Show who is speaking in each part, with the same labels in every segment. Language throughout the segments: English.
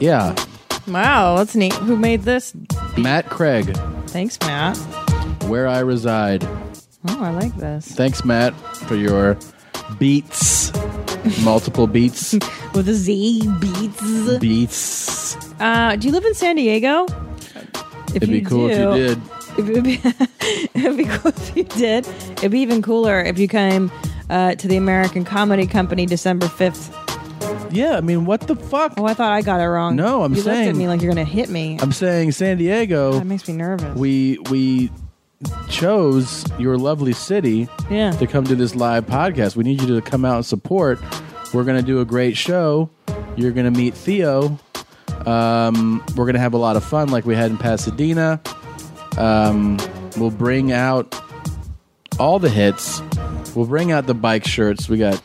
Speaker 1: Yeah,
Speaker 2: Wow, that's neat. Who made this?
Speaker 1: Matt Craig,
Speaker 2: Thanks, Matt.
Speaker 1: where I reside.
Speaker 2: Oh, I like this.
Speaker 1: Thanks, Matt, for your beats, multiple beats,
Speaker 2: With a Z beats.
Speaker 1: beats.
Speaker 2: Uh, do you live in San Diego? If
Speaker 1: It'd be cool if you
Speaker 2: do-
Speaker 1: did.
Speaker 2: It would be, it'd be cool if you did. It'd be even cooler if you came uh, to the American Comedy Company December 5th.
Speaker 1: Yeah, I mean, what the fuck?
Speaker 2: Oh, I thought I got it wrong.
Speaker 1: No, I'm
Speaker 2: you looked
Speaker 1: saying-
Speaker 2: at me like you're going to hit me.
Speaker 1: I'm saying San Diego.
Speaker 2: that makes me nervous.
Speaker 1: we we chose your lovely city
Speaker 2: Yeah.
Speaker 1: to come do this live podcast. We need you to come out and support. We're going to do a great show. You're going to meet Theo. Um, we're going to have a lot of fun like we had in Pasadena. Um, we'll bring out all the hits. We'll bring out the bike shirts. We got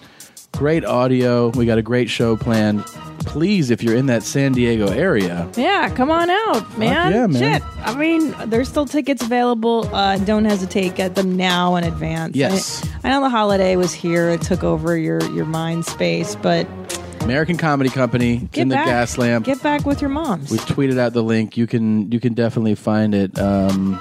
Speaker 1: great audio. We got a great show planned. Please, if you're in that San Diego area,
Speaker 2: yeah, come on out, man.
Speaker 1: yeah, man.
Speaker 2: Shit. I mean, there's still tickets available. Uh, don't hesitate. Get them now in advance.
Speaker 1: Yes.
Speaker 2: I, I know the holiday was here. It took over your, your mind space, but
Speaker 1: American Comedy Company, it's
Speaker 2: get
Speaker 1: in the
Speaker 2: back.
Speaker 1: gas lamp.
Speaker 2: Get back with your moms
Speaker 1: We tweeted out the link. You can you can definitely find it. Um,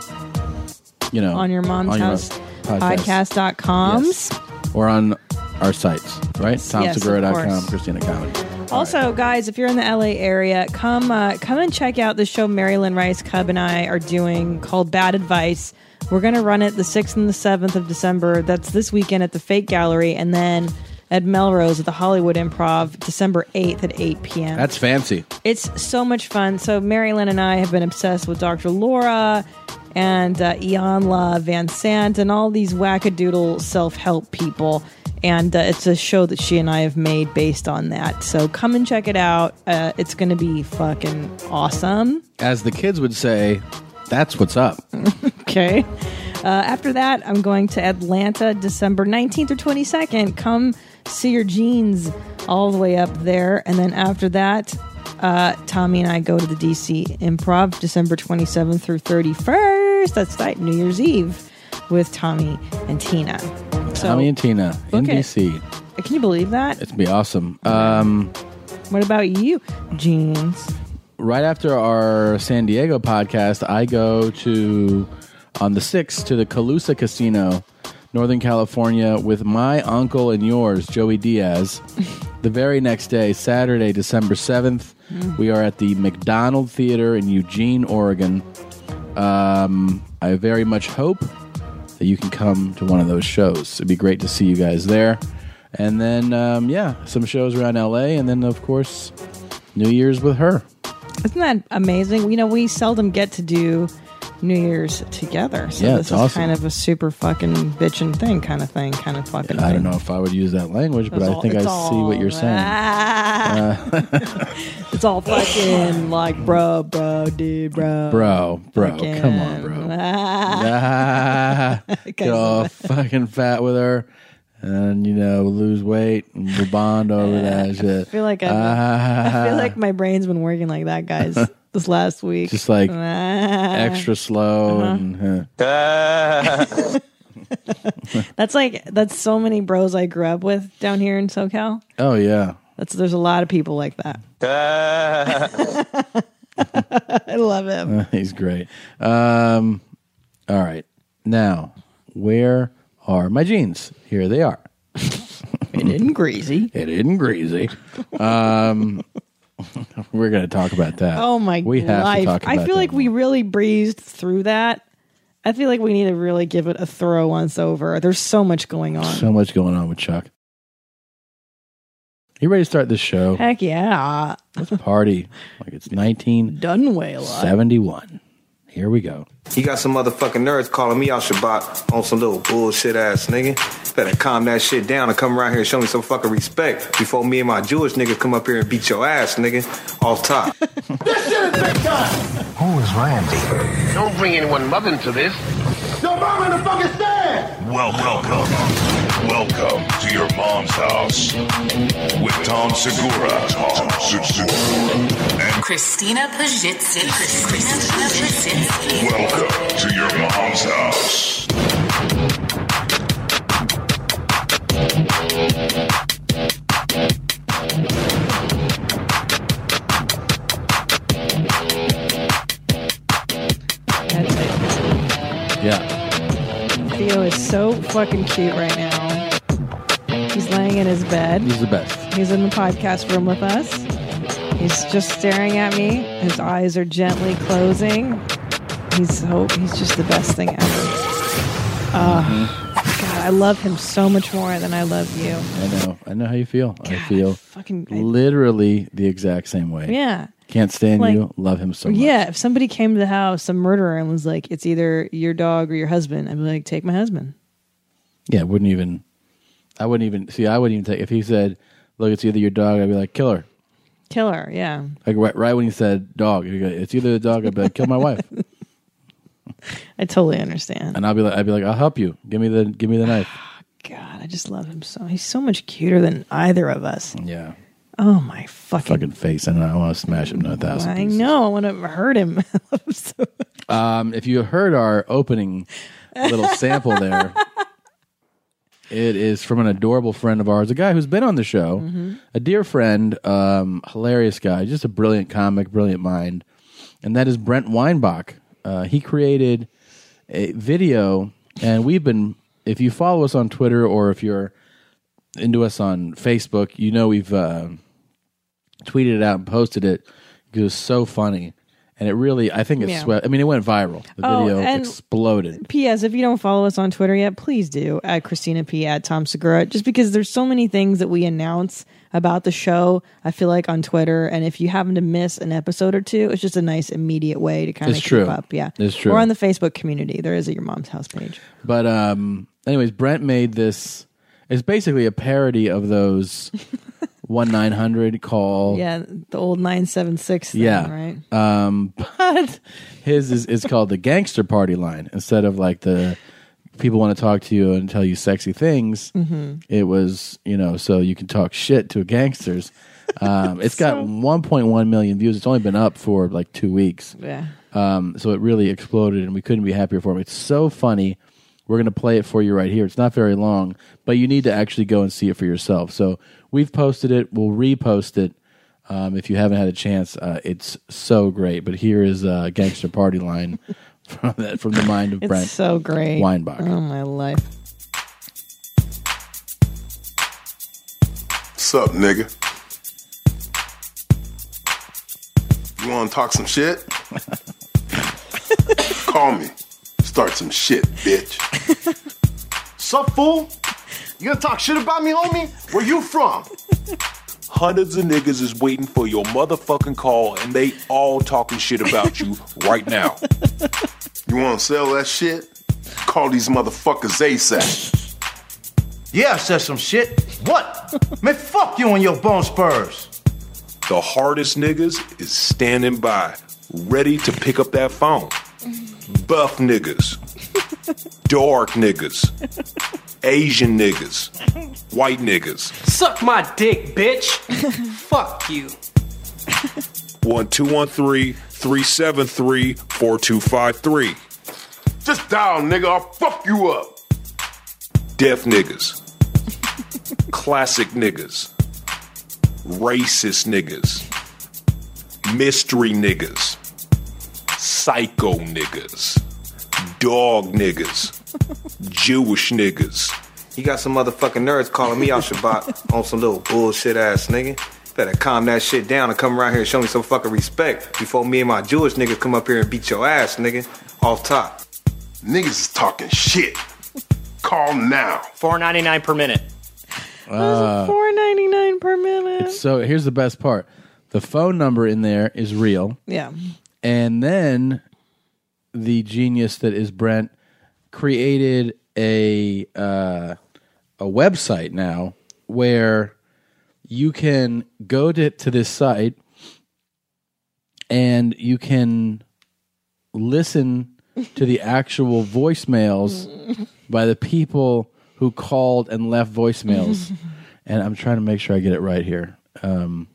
Speaker 1: you know,
Speaker 2: on your mom's
Speaker 1: on your
Speaker 2: house
Speaker 1: mom's
Speaker 2: podcast.com.
Speaker 1: Yes. or on our sites, right? TomSegura.com,
Speaker 2: course.
Speaker 1: Christina Comedy.
Speaker 2: Also, guys, if you're in the LA area, come uh, come and check out the show Marilyn Rice Cub and I are doing called Bad Advice. We're gonna run it the sixth and the seventh of December. That's this weekend at the Fake Gallery, and then at Melrose at the Hollywood Improv, December eighth at eight p.m.
Speaker 1: That's fancy.
Speaker 2: It's so much fun. So Marilyn and I have been obsessed with Dr. Laura and uh, Ianla Van Sant and all these wackadoodle self-help people. And uh, it's a show that she and I have made based on that. So come and check it out. Uh, it's going to be fucking awesome.
Speaker 1: As the kids would say, that's what's up.
Speaker 2: Okay. Uh, after that, I'm going to Atlanta December 19th or 22nd. Come see your jeans all the way up there. And then after that, uh, Tommy and I go to the DC Improv December 27th through 31st. That's right, New Year's Eve with Tommy and Tina. So,
Speaker 1: Tommy and Tina,
Speaker 2: Book it.
Speaker 1: NBC.
Speaker 2: can you believe that?
Speaker 1: It's gonna be awesome. Um,
Speaker 2: What about you, jeans?
Speaker 1: right after our San Diego podcast, I go to on the sixth to the Calusa Casino, Northern California, with my uncle and yours, Joey Diaz. the very next day, Saturday, December seventh, we are at the McDonald Theater in Eugene, Oregon. Um, I very much hope that you can come to one of those shows. It'd be great to see you guys there. And then, um, yeah, some shows around LA, and then, of course, New Year's with her.
Speaker 2: Isn't that amazing? You know, we seldom get to do New Year's together. So
Speaker 1: Yeah,
Speaker 2: this
Speaker 1: it's
Speaker 2: is
Speaker 1: awesome.
Speaker 2: kind of a super fucking bitchin' thing, kind of thing, kind of fucking
Speaker 1: I don't
Speaker 2: thing.
Speaker 1: know if I would use that language, but
Speaker 2: It's
Speaker 1: I
Speaker 2: all-
Speaker 1: think I
Speaker 2: it's
Speaker 1: see what you're
Speaker 2: all-
Speaker 1: saying.
Speaker 2: it's all fucking like, bro, bro, dude, bro.
Speaker 1: Bro, bro, come on, bro. Ah, get all fucking fat with her and, you know, lose weight and we'll bond over that shit.
Speaker 2: I feel like I've, I feel like my brain's been working like that, guys, this last week.
Speaker 1: Just like
Speaker 2: Ah.
Speaker 1: extra slow
Speaker 2: Uh-huh.
Speaker 1: and uh,
Speaker 2: that's like that's so many bros I grew up with down here in SoCal.
Speaker 1: oh yeah.
Speaker 2: That's there's a lot of people like that. I love him.
Speaker 1: He's great. Um, all right. Now, where are my jeans? Here they are.
Speaker 2: It isn't greasy.
Speaker 1: It isn't greasy. Um, we're going to talk about that.
Speaker 2: Oh my
Speaker 1: We have
Speaker 2: life.
Speaker 1: to talk about
Speaker 2: I feel
Speaker 1: that
Speaker 2: like we really breezed through that. I feel like we need to really give it a thorough once over. There's so much going on.
Speaker 1: So much going on with Chuck. You ready to start this show?
Speaker 2: Heck yeah.
Speaker 1: Let's party like it's 1971.
Speaker 2: Dunwala.
Speaker 1: Here we go.
Speaker 3: You got some motherfucking nerds calling me out Shabbat on some little bullshit ass nigga. Better calm that shit down and come around here and show me some fucking respect before me and my Jewish niggas come up here and beat your ass, nigga. Off top.
Speaker 4: Who is Randy?
Speaker 5: Don't bring anyone love into this.
Speaker 6: Your mom in the fucking stand!
Speaker 7: Welcome. Welcome. Welcome to your mom's house with Tom Segura. Tom Segura. And
Speaker 8: Christina Pajitsky. Christina Pajitsky.
Speaker 7: welcome to your mom's house.
Speaker 2: so fucking cute right now. He's laying in his bed.
Speaker 1: He's the best.
Speaker 2: He's in the podcast room with us. He's just staring at me. His eyes are gently closing. He's so he's just the best thing ever. Oh, God, I love him so much more than I love you.
Speaker 1: I know. I know how you feel. I feel
Speaker 2: fucking I-
Speaker 1: literally the exact same way.
Speaker 2: yeah.
Speaker 1: Can't stand
Speaker 2: Like-
Speaker 1: you. Love him so much.
Speaker 2: Yeah, if somebody came to the house, some murderer, and was like, "It's either your dog or your husband," I'd be like, "Take my husband."
Speaker 1: Yeah. Wouldn't even. I wouldn't even see. I wouldn't even take. If he said, "Look, it's either your dog," I'd be like, "Kill her."
Speaker 2: Killer, yeah.
Speaker 1: Like right, right when he said dog, he'd go, it's either the dog. I'd be like, "Kill my wife,"
Speaker 2: I totally understand.
Speaker 1: and I'll be like, "I'd be like, I'll help you. Give me the, give me the knife."
Speaker 2: God, I just love him so. He's so much cuter than either of us.
Speaker 1: Yeah.
Speaker 2: Oh my fucking!
Speaker 1: Fucking face, and I want to smash him to a thousand.
Speaker 2: I
Speaker 1: pieces.
Speaker 2: know. I want to hurt him. I love him so much.
Speaker 1: Um, if you heard our opening little sample there, it is from an adorable friend of ours, a guy who's been on the show,
Speaker 2: Mm-hmm.
Speaker 1: a dear friend, um, hilarious guy, just a brilliant comic, brilliant mind, and that is Brent Weinbach. Uh, he created a video, and we've been. If you follow us on Twitter or if you're into us on Facebook, you know we've. Uh, tweeted it out and posted it because it was so funny. And it really, I think it
Speaker 2: Yeah.
Speaker 1: swept. I mean, it went viral. The
Speaker 2: Oh,
Speaker 1: video
Speaker 2: and-
Speaker 1: exploded.
Speaker 2: P.S. If you don't follow us on Twitter yet, please do at Christina P. at Tom Segura. Just because there's so many things that we announce about the show, I feel like on Twitter, and if you happen to miss an episode or two, it's just a nice immediate way to kind
Speaker 1: It's
Speaker 2: of
Speaker 1: true.
Speaker 2: keep up. Yeah,
Speaker 1: It's true.
Speaker 2: Or on the Facebook community, there is a Your Mom's House page.
Speaker 1: But, um, anyways, Brent made this. It's basically a parody of those one nine hundred call.
Speaker 2: Yeah, the old nine seven six.
Speaker 1: Yeah.
Speaker 2: right.
Speaker 1: Um, but his is, is called the gangster party line instead of like the people want to talk to you and tell you sexy things. It was you know so you can talk shit to gangsters. Um, it's got 1.1 million views. It's only been up for like two weeks.
Speaker 2: yeah.
Speaker 1: Um, so it really exploded, and we couldn't be happier for him. It's so funny. We're going to play it for you right here. It's not very long, but you need to actually go and see it for yourself. So we've posted it. We'll repost it um, if you haven't had a chance. Uh, it's so great. But here is uh, Gangster Party Line from, that, from the mind of
Speaker 2: It's
Speaker 1: Brent
Speaker 2: so great.
Speaker 1: Weinbach.
Speaker 2: Oh my life.
Speaker 6: Sup, nigga? You wanna talk some shit? Call me. Start some shit, bitch.
Speaker 4: Sup, fool? You gonna talk shit about me, homie? Where you from?
Speaker 7: Hundreds of niggas is waiting for your motherfucking call, and they all talking shit about you right now.
Speaker 6: You wanna sell that shit? Call these motherfuckers ASAP.
Speaker 4: Yeah, I said some shit. What? Man, fuck you and your bone spurs.
Speaker 7: The hardest niggas is standing by, ready to pick up that phone. Buff niggas, dark niggas, Asian niggas, white niggas.
Speaker 9: Suck my dick, bitch. Fuck you.
Speaker 7: 1 213 373 4253.
Speaker 6: Just dial, nigga, I'll fuck you up.
Speaker 7: Deaf niggas. Classic niggas. Racist niggas. Mystery niggas. Psycho niggas. Dog niggas. Jewish niggas.
Speaker 3: You got some motherfucking nerds calling me out Shabbat on some little bullshit ass nigga. Better calm that shit down and come around here and show me some fucking respect before me and my Jewish niggas come up here and beat your ass, nigga. Off top.
Speaker 6: Niggas is talking shit. Call now.
Speaker 9: Four ninety nine per minute.
Speaker 1: Uh,
Speaker 2: Four ninety nine per minute.
Speaker 1: So here's the best part the phone number in there is real.
Speaker 2: yeah.
Speaker 1: And then the genius that is Brent created a uh, a website now where you can go to, to this site and you can listen to the actual voicemails by the people who called and left voicemails. and I'm trying to make sure I get it right here. Um,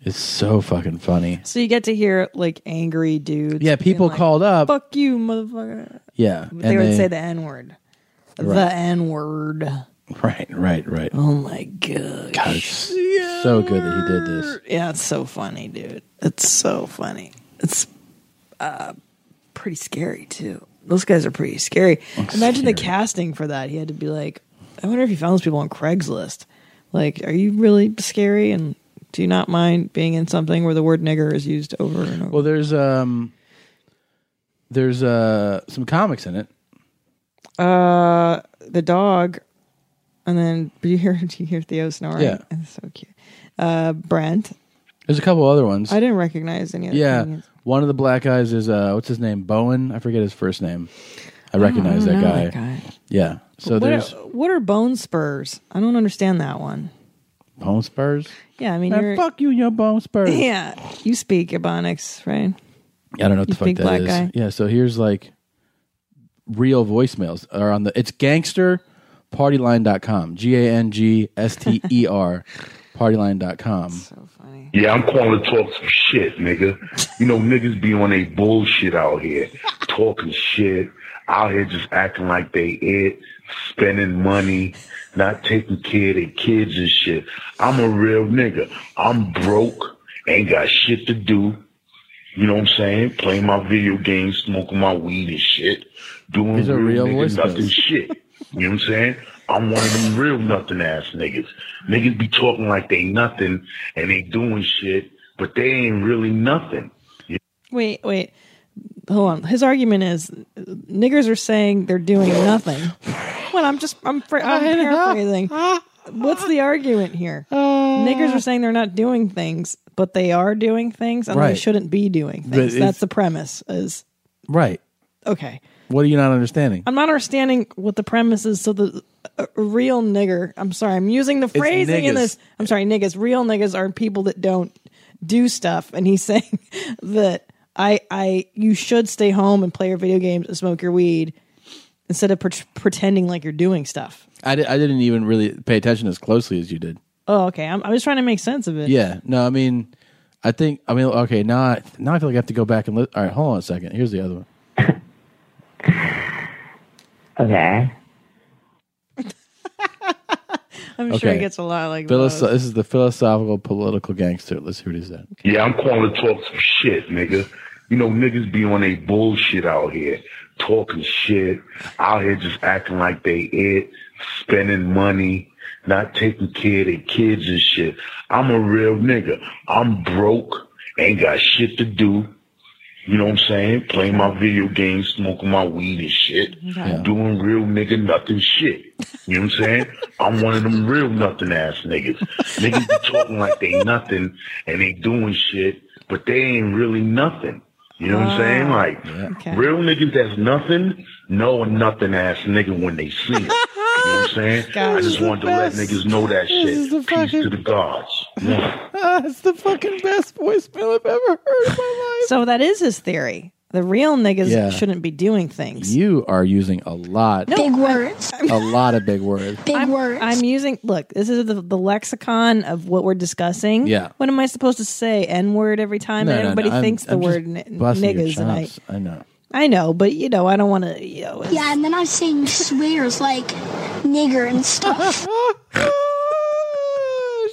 Speaker 1: it's so fucking funny.
Speaker 2: So you get to hear like angry dudes.
Speaker 1: Yeah,
Speaker 2: being
Speaker 1: people
Speaker 2: like,
Speaker 1: called up.
Speaker 2: Fuck you, motherfucker.
Speaker 1: Yeah,
Speaker 2: They
Speaker 1: and
Speaker 2: would say the N word.
Speaker 1: Right.
Speaker 2: The N word.
Speaker 1: Right, right, right.
Speaker 2: Oh my god.
Speaker 1: It's so good that he did this.
Speaker 2: Yeah, it's so funny, dude. It's so funny. It's uh, pretty scary too. those guys are pretty scary.
Speaker 1: Oh,
Speaker 2: Imagine the casting for that. He had to be like, I wonder if he found those people on Craigslist. Like, are you really scary? And do you not mind being in something where the word nigger is used over and over?
Speaker 1: Well, there's um, there's uh some comics in it.
Speaker 2: Uh, the dog, and then do you hear do you hear Theo snoring?
Speaker 1: Yeah.
Speaker 2: it's so cute. Uh, Brent,
Speaker 1: There's a couple other ones.
Speaker 2: I didn't recognize any of the
Speaker 1: yeah,
Speaker 2: comedians.
Speaker 1: one of the black guys is uh, what's his name? Bowen. I forget his first name. I recognize
Speaker 2: Oh, I don't
Speaker 1: that,
Speaker 2: know
Speaker 1: guy.
Speaker 2: that guy.
Speaker 1: Yeah. So
Speaker 2: what,
Speaker 1: there's
Speaker 2: are, what are bone spurs? I don't understand that one.
Speaker 1: bone spurs.
Speaker 2: Yeah, I mean,
Speaker 1: Man,
Speaker 2: you're,
Speaker 1: fuck you, and your bone spurs.
Speaker 2: yeah, you speak Ebonics, right?
Speaker 1: I don't know what
Speaker 2: You
Speaker 1: the fuck that
Speaker 2: big
Speaker 1: is.
Speaker 2: black guy.
Speaker 1: Yeah, so here's like real voicemails are on the it's gangsterpartyline.com. G A N G S T E R partyline.com.
Speaker 7: Yeah, I'm calling to talk some shit, nigga. You know, niggas be on they bullshit out here, talking shit, out here just acting like they it, spending money, not taking care of their kids and shit. I'm a real nigga. I'm broke, ain't got shit to do. You know what I'm saying? Playing my video games, smoking my weed and shit, doing
Speaker 1: These are real
Speaker 7: nigga
Speaker 1: voicemails.
Speaker 7: nothing shit. You know what I'm saying? I'm one of them real nothing ass niggas. Niggas be talking like they nothing and they doing shit, but they ain't really nothing.
Speaker 2: Wait, wait, hold on. His argument is uh, niggers are saying they're doing nothing. When I'm just I'm, fra- I'm paraphrasing. What's the argument here? niggers are saying they're not doing things, but they are doing things, and they
Speaker 1: Right.
Speaker 2: shouldn't be doing
Speaker 1: But
Speaker 2: things.
Speaker 1: it's-
Speaker 2: That's the premise. Is
Speaker 1: Right.
Speaker 2: okay.
Speaker 1: What are you not understanding?
Speaker 2: I'm not understanding what the premise is. So the a a real nigger. I'm sorry. I'm using the
Speaker 1: It's
Speaker 2: phrasing in
Speaker 1: niggas.
Speaker 2: this. I'm sorry, niggas. Real niggas are people that don't do stuff. And he's saying that I I you should stay home and play your video games and smoke your weed instead of pret pretending like you're doing stuff.
Speaker 1: I, di- I didn't even really pay attention as closely as you did.
Speaker 2: Oh, okay. I'm, I was trying to make sense of it.
Speaker 1: Yeah. No, I mean I think I mean okay, now I, now I feel like I have to go back and li- All right, hold on a second. Here's the other one.
Speaker 10: Okay.
Speaker 2: I'm sure it gets a lot like
Speaker 1: Philos-
Speaker 2: those.
Speaker 1: This is the philosophical political gangster. Let's hear what he said.
Speaker 7: Yeah, I'm calling to talk some shit, nigga. You know, niggas be on they bullshit out here, talking shit, out here just acting like they it, spending money, not taking care of their kids and shit. I'm a real nigga. I'm broke, ain't got shit to do. You know what I'm saying? Playing my video games, smoking my weed and shit,
Speaker 11: Yeah.
Speaker 7: doing real nigga nothing shit. You know what I'm saying? I'm one of them real nothing ass niggas. niggas be talking like they nothing and they doing shit, but they ain't really nothing. You know what I'm saying?
Speaker 11: Ah,
Speaker 7: Like
Speaker 11: okay.
Speaker 7: real niggas that's nothing know a nothing ass nigga when they see it. You know what I'm saying?
Speaker 11: God,
Speaker 7: I
Speaker 11: this
Speaker 7: just
Speaker 11: is
Speaker 7: wanted
Speaker 11: the
Speaker 7: to let
Speaker 11: best.
Speaker 7: niggas know that
Speaker 11: This is
Speaker 7: shit.
Speaker 11: the
Speaker 7: Peace
Speaker 11: fucking-
Speaker 7: to the gods.
Speaker 1: Ah, it's the fucking best voicemail I've ever heard in my
Speaker 2: life. So that is his theory. The real niggas
Speaker 1: uh, Yeah.
Speaker 2: shouldn't be doing things.
Speaker 1: You are using a lot
Speaker 2: big words.
Speaker 1: a lot of big words.
Speaker 2: I'm, I'm using look, this is the, the lexicon of what we're discussing.
Speaker 1: Yeah.
Speaker 2: What am I supposed to say? N word every time and everybody
Speaker 1: I'm-
Speaker 2: thinks the
Speaker 1: I'm just
Speaker 2: word n-
Speaker 1: busting your
Speaker 2: niggas and I
Speaker 1: chops. I know.
Speaker 2: I know, but you know, I don't wanna you know it's-
Speaker 8: Yeah, and then I'm saying swears like nigger and stuff.
Speaker 1: Oh,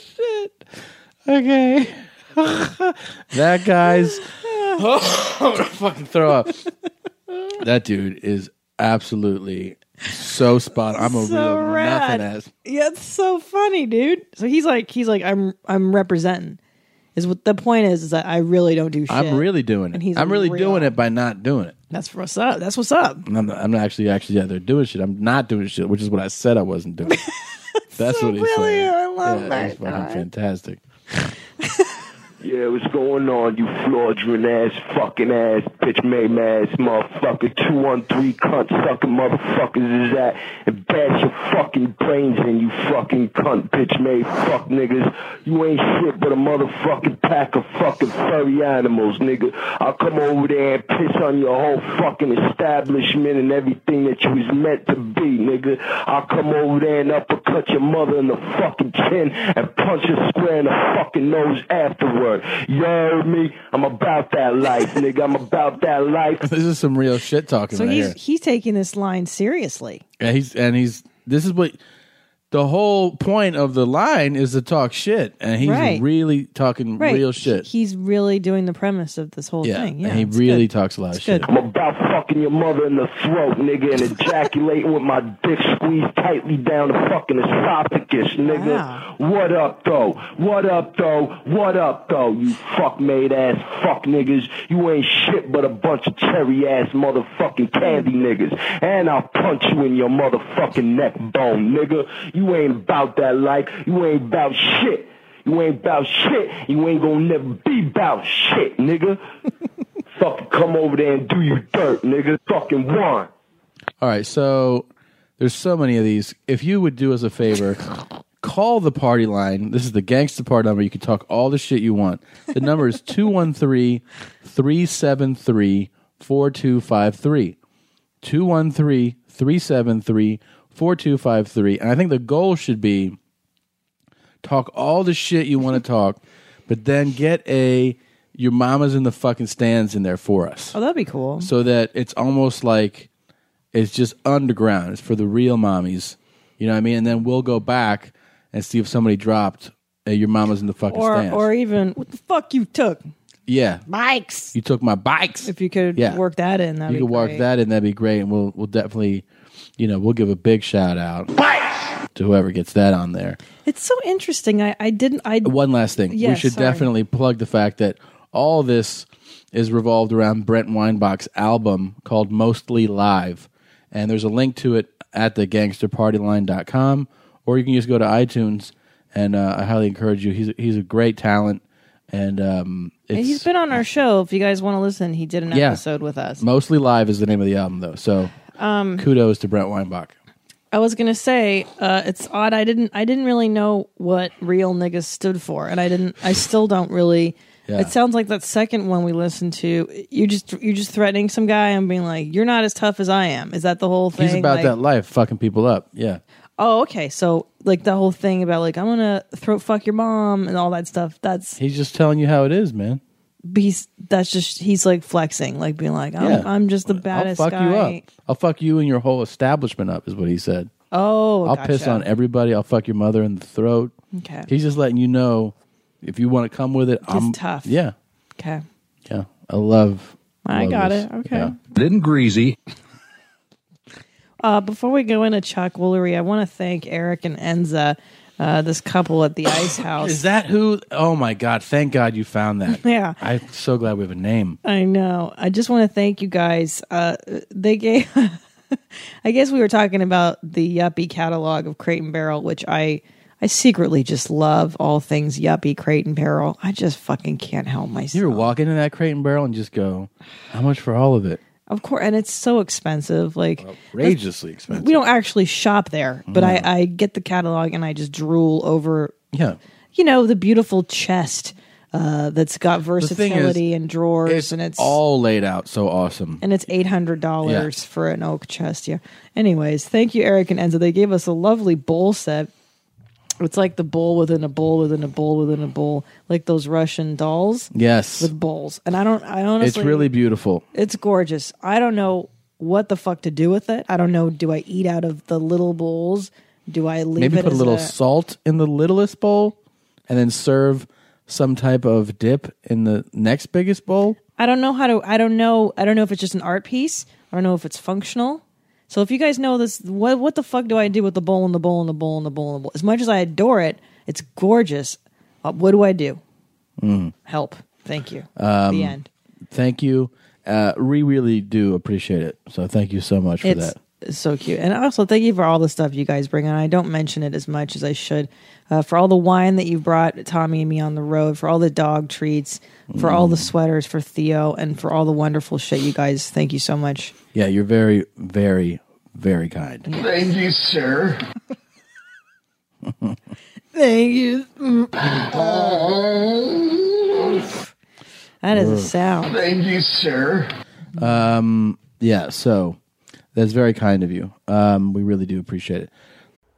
Speaker 1: Okay. that guy's I'm gonna fucking throw up. That dude is absolutely so spot. I'm a
Speaker 2: so
Speaker 1: real
Speaker 2: rad.
Speaker 1: nothing ass.
Speaker 2: Yeah, it's so funny, dude. So he's like he's like I'm I'm representing. Is what the point is is that I really don't do shit.
Speaker 1: I'm really doing
Speaker 2: And
Speaker 1: it.
Speaker 2: he's
Speaker 1: I'm really
Speaker 2: real.
Speaker 1: doing it by not doing it.
Speaker 2: That's what's up. That's what's up.
Speaker 1: And I'm not, I'm not actually actually out there doing shit. I'm not doing shit, which is what I said I wasn't doing. That's what he's saying.
Speaker 2: I love
Speaker 1: yeah,
Speaker 2: that
Speaker 1: It's fucking
Speaker 2: guy.
Speaker 1: fantastic.
Speaker 5: Yeah, what's going on, you fraudulent ass, fucking ass, bitch made ass, motherfucker, 213 cunt sucking motherfuckers is at, and bash your fucking brains in, you fucking cunt, bitch made fuck niggas. You ain't shit but a motherfucking pack of fucking furry animals, nigga. I'll come over there and piss on your whole fucking establishment and everything that you was meant to be, nigga. I'll come over there and uppercut your mother in the fucking chin and punch her square in the fucking nose afterward. You heard me? I'm about that life, nigga. I'm about that life.
Speaker 1: This is some real shit talking
Speaker 2: So
Speaker 1: right
Speaker 2: he's
Speaker 1: here.
Speaker 2: he's taking this line seriously.
Speaker 1: Yeah, he's and he's this is what the whole point of the line is to talk shit, and he's
Speaker 2: Right.
Speaker 1: really talking
Speaker 2: Right.
Speaker 1: real shit.
Speaker 2: He's really doing the premise of this whole
Speaker 1: yeah,
Speaker 2: thing. Yeah.
Speaker 1: and he
Speaker 2: it's
Speaker 1: really
Speaker 2: good.
Speaker 1: talks a lot of
Speaker 2: It's
Speaker 1: shit.
Speaker 2: good.
Speaker 5: I'm about fucking your mother in the throat, nigga, and ejaculating with my dick squeezed tightly down the fucking esophagus, nigga. What up, though? What up, though? What up, though? You fuck made ass fuck niggas. You ain't shit but a bunch of cherry ass motherfucking candy niggas. And I'll punch you in your motherfucking neck bone, nigga. You ain't about that life. You ain't about shit. You ain't about shit. You ain't gonna never be about shit, nigga. Fucking come over there and do you dirt, nigga. Fucking one.
Speaker 1: All right, so there's so many of these. If you would do us a favor, call the party line. This is the gangster part number. You can talk all the shit you want. The number is 213-373-4253. 213-373-4253. And I think the goal should be talk all the shit you want to talk, but then get a your mama's in the fucking stands in there for us.
Speaker 2: Oh, that'd be cool.
Speaker 1: So that it's almost like it's just underground. It's for the real mommies. You know what I mean? And then we'll go back and see if somebody dropped uh, your mama's in the fucking
Speaker 2: Or
Speaker 1: stands.
Speaker 2: or even what the fuck you took
Speaker 1: yeah.
Speaker 2: bikes.
Speaker 1: You took my bikes.
Speaker 2: If you could
Speaker 1: Yeah.
Speaker 2: work that in, that'd
Speaker 1: you
Speaker 2: be
Speaker 1: could walk
Speaker 2: great.
Speaker 1: that in, that'd be great. And we'll we'll definitely you know, we'll give a big shout out to whoever gets that on there.
Speaker 2: It's so interesting. I, I didn't. I
Speaker 1: One last thing. we
Speaker 2: Yes,
Speaker 1: should
Speaker 2: sorry.
Speaker 1: definitely plug the fact that all this is revolved around Brent Weinbach's album called Mostly Live. And there's a link to it at the gangsterpartyline.com, or you can just go to iTunes. And uh, I highly encourage you. He's, he's a great talent. And um,
Speaker 2: And
Speaker 1: it's
Speaker 2: he's been on our show. If you guys want to listen, he did an
Speaker 1: Yeah.
Speaker 2: episode with us.
Speaker 1: Mostly Live is the name of the album, though. So
Speaker 2: Um,
Speaker 1: kudos to Brent Weinbach.
Speaker 2: I was gonna say uh, it's odd. I didn't. I didn't really know what real niggas stood for, and I didn't. I still don't really.
Speaker 1: Yeah.
Speaker 2: It sounds like that second one we listened to. You just you just threatening some guy and being like, "You're not as tough as I am." Is that the whole thing?
Speaker 1: He's about
Speaker 2: Like-
Speaker 1: that life, fucking people up. Yeah.
Speaker 2: Oh, okay. So like the whole thing about like I'm gonna throat fuck your mom and all that stuff. That's
Speaker 1: He's just telling you how it is, man.
Speaker 2: he's that's just he's like flexing, like being like I'm
Speaker 1: Yeah.
Speaker 2: I'm just the
Speaker 1: I'll
Speaker 2: baddest
Speaker 1: fuck
Speaker 2: guy.
Speaker 1: you up. I'll fuck you and your whole establishment up, is what he said.
Speaker 2: Oh,
Speaker 1: I'll piss
Speaker 2: gotcha.
Speaker 1: on everybody. I'll fuck your mother in the throat.
Speaker 2: Okay.
Speaker 1: He's just letting you know if you want to come with it. I'm
Speaker 2: tough.
Speaker 1: Yeah,
Speaker 2: Okay.
Speaker 1: yeah. I love.
Speaker 2: I
Speaker 1: love
Speaker 2: got
Speaker 1: this.
Speaker 2: it. Okay.
Speaker 1: Then greasy.
Speaker 2: Uh, before we go into Chuck Woolery, I want to thank Eric and Enza, uh, this couple at the Ice House.
Speaker 1: Is that who? Oh my God! Thank God you found that.
Speaker 2: Yeah.
Speaker 1: I'm so glad we have a name.
Speaker 2: I know. I just want to thank you guys. Uh, they gave. I guess we were talking about the Yuppie catalog of Crate and Barrel, which I I secretly just love all things Yuppie Crate and Barrel. I just fucking can't help myself.
Speaker 1: You ever walk into that crate and barrel and just go, "How much for all of it?"
Speaker 2: Of course, and it's so expensive. Like
Speaker 1: Outrageously expensive. Mm-hmm.
Speaker 2: We don't actually shop there, but
Speaker 1: No.
Speaker 2: I, I get the catalog and I just drool over.
Speaker 1: Yeah.
Speaker 2: you know the beautiful chest uh, that's got
Speaker 1: thing is,
Speaker 2: versatility and drawers,
Speaker 1: It's,
Speaker 2: and it's
Speaker 1: all laid out so awesome.
Speaker 2: and it's eight hundred dollars for an oak chest. Yeah. Anyways, thank you, Eric and Enzo. They gave us a lovely bowl set. It's like the bowl within a bowl within a bowl within a bowl, like those Russian dolls.
Speaker 1: Yes.
Speaker 2: with bowls. And I don't. I honestly,
Speaker 1: it's really beautiful.
Speaker 2: it's gorgeous. I don't know what the fuck to do with it. I don't know. Do I eat out of the little bowls? Do I leave
Speaker 1: Maybe
Speaker 2: it
Speaker 1: put a
Speaker 2: as
Speaker 1: little salt in the littlest bowl, and then serve some type of dip in the next biggest bowl.
Speaker 2: I don't know how to. I don't know. I don't know if it's just an art piece. I don't know if it's functional. So if you guys know this, what what the fuck do I do with the bowl and the bowl and the bowl and the bowl and the bowl? As much as I adore it, it's gorgeous. Uh, what do I do?
Speaker 1: Mm.
Speaker 2: Help. Thank you.
Speaker 1: Um,
Speaker 2: the end.
Speaker 1: Thank you. Uh, we really do appreciate it. So thank you so much for
Speaker 2: It's
Speaker 1: that.
Speaker 2: so cute. And also, thank you for all the stuff you guys bring on. I don't mention it as much as I should. Uh, for all the wine that you brought Tommy and me on the road, for all the dog treats, for all
Speaker 1: Mm.
Speaker 2: the sweaters for Theo, and for all the wonderful shit you guys. Thank you so much.
Speaker 1: Yeah, you're very, very, very kind.
Speaker 4: Thank you, sir.
Speaker 2: Thank you. That is a sound.
Speaker 4: Thank you, sir.
Speaker 1: Um, yeah, so that's very kind of you. Um, we really do appreciate it.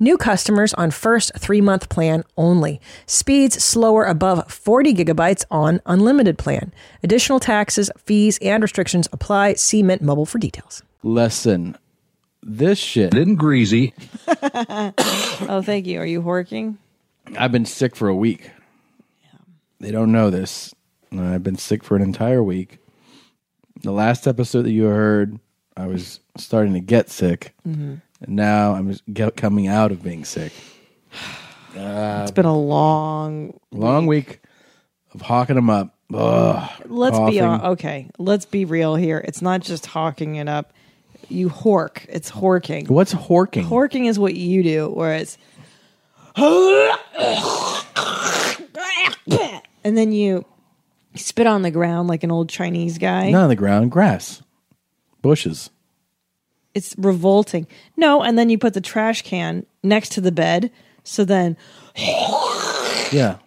Speaker 2: New customers on first three month plan only. Speeds slower above 40 gigabytes on unlimited plan. Additional taxes, fees, and restrictions apply. See Mint Mobile for details.
Speaker 1: Lesson. This shit. Didn't greasy.
Speaker 8: oh, thank you. Are you horking?
Speaker 1: I've been sick for a week. They don't know this. And I've been sick for an entire week. The last episode that you heard, I was starting to get sick.
Speaker 8: Mhm.
Speaker 1: And now I'm just get, coming out of being sick. Uh,
Speaker 8: It's been a long,
Speaker 1: long week of hawking them up. Ugh,
Speaker 8: Let's be
Speaker 1: coughing.
Speaker 8: hon- okay. Let's be real here. It's not just hawking it up. You hork. It's horking.
Speaker 1: What's horking?
Speaker 8: Horking is what you do, where it's and then you spit on the ground like an old Chinese guy.
Speaker 1: Not on the ground, grass, bushes.
Speaker 8: It's revolting. No, and then you put the trash can next to the bed. So then,
Speaker 1: Yeah.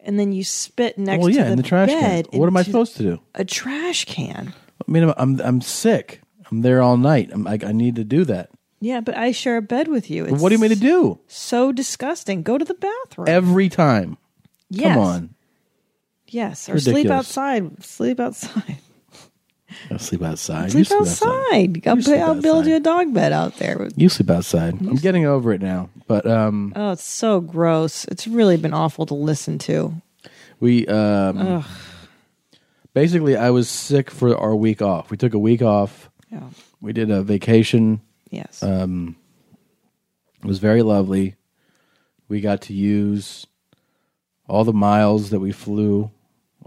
Speaker 8: and then you spit next
Speaker 1: well, Oh, yeah,
Speaker 8: to the,
Speaker 1: in the trash
Speaker 8: bed.
Speaker 1: can. What am I
Speaker 8: into
Speaker 1: supposed to do?
Speaker 8: A trash can.
Speaker 1: I mean, I'm I'm, I'm sick. I'm there all night. I'm, I, I need to do that.
Speaker 8: Yeah, but I share a bed with you. It's
Speaker 1: what do you mean to do?
Speaker 8: so disgusting. Go to the bathroom.
Speaker 1: Every time.
Speaker 8: Yes.
Speaker 1: Come on.
Speaker 8: Yes, or sleep
Speaker 1: Ridiculous.
Speaker 8: outside. Sleep outside.
Speaker 1: I'll sleep outside.
Speaker 8: sleep
Speaker 1: you
Speaker 8: outside. I'll,
Speaker 1: sleep
Speaker 8: I'll build you a dog bed out there.
Speaker 1: You sleep outside. I'm getting over it now. But um,
Speaker 8: Oh, it's so gross. It's really been awful to listen to.
Speaker 1: we um,
Speaker 8: Ugh.
Speaker 1: basically I was sick for our week off. We took a week off.
Speaker 8: Yeah.
Speaker 1: We did a vacation.
Speaker 8: Yes.
Speaker 1: Um, it was very lovely. We got to use all the miles that we flew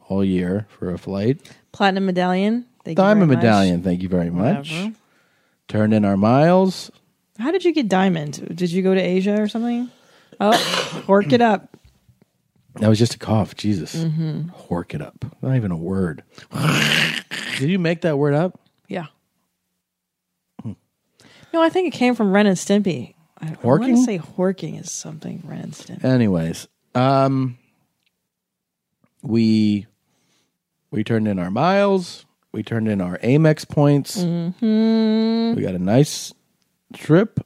Speaker 1: all year for a flight.
Speaker 8: Platinum medallion. Thank you
Speaker 1: Diamond
Speaker 8: very much.
Speaker 1: medallion. Thank you very much.
Speaker 8: Whatever.
Speaker 1: Turned in our miles.
Speaker 8: How did you get diamond? Did you go to Asia or something? Oh, work it up.
Speaker 1: That was just a cough. Jesus.
Speaker 8: Mhm.
Speaker 1: Hork it up. Not even a word. Did you make that word up?
Speaker 8: Yeah. No, I think it came from Ren and Stimpy. I, I want to
Speaker 1: Horking?
Speaker 8: say horking is something Ren and Stimpy.
Speaker 1: Anyways, um, we we turned in our miles. We turned in our Amex points.
Speaker 8: Mhm.
Speaker 1: We got a nice trip.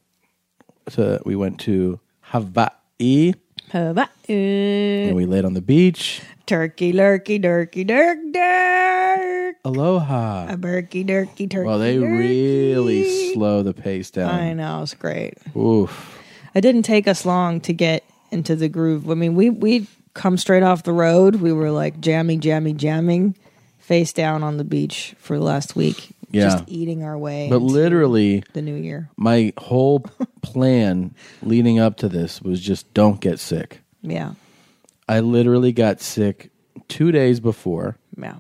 Speaker 1: To, we went to Hawaii
Speaker 8: Hawaii.
Speaker 1: and we laid on the beach.
Speaker 8: Turkey, lurkey, durkey, dirk, dirk.
Speaker 1: Aloha.
Speaker 8: A burkey, durkey, turkey.
Speaker 1: Well, they
Speaker 8: durk.
Speaker 1: really slow the pace
Speaker 8: I
Speaker 1: down.
Speaker 8: know, it's great.
Speaker 1: Oof.
Speaker 8: It didn't take us long to get into the groove. I mean, we we come straight off the road. We were like jamming, jamming, jamming, face down on the beach for the last week.
Speaker 1: Yeah.
Speaker 8: Just eating our way.
Speaker 1: But
Speaker 8: into
Speaker 1: literally,
Speaker 8: the new year.
Speaker 1: my whole plan leading up to this was just don't get sick.
Speaker 8: Yeah.
Speaker 1: I literally got sick two days before.
Speaker 8: Yeah.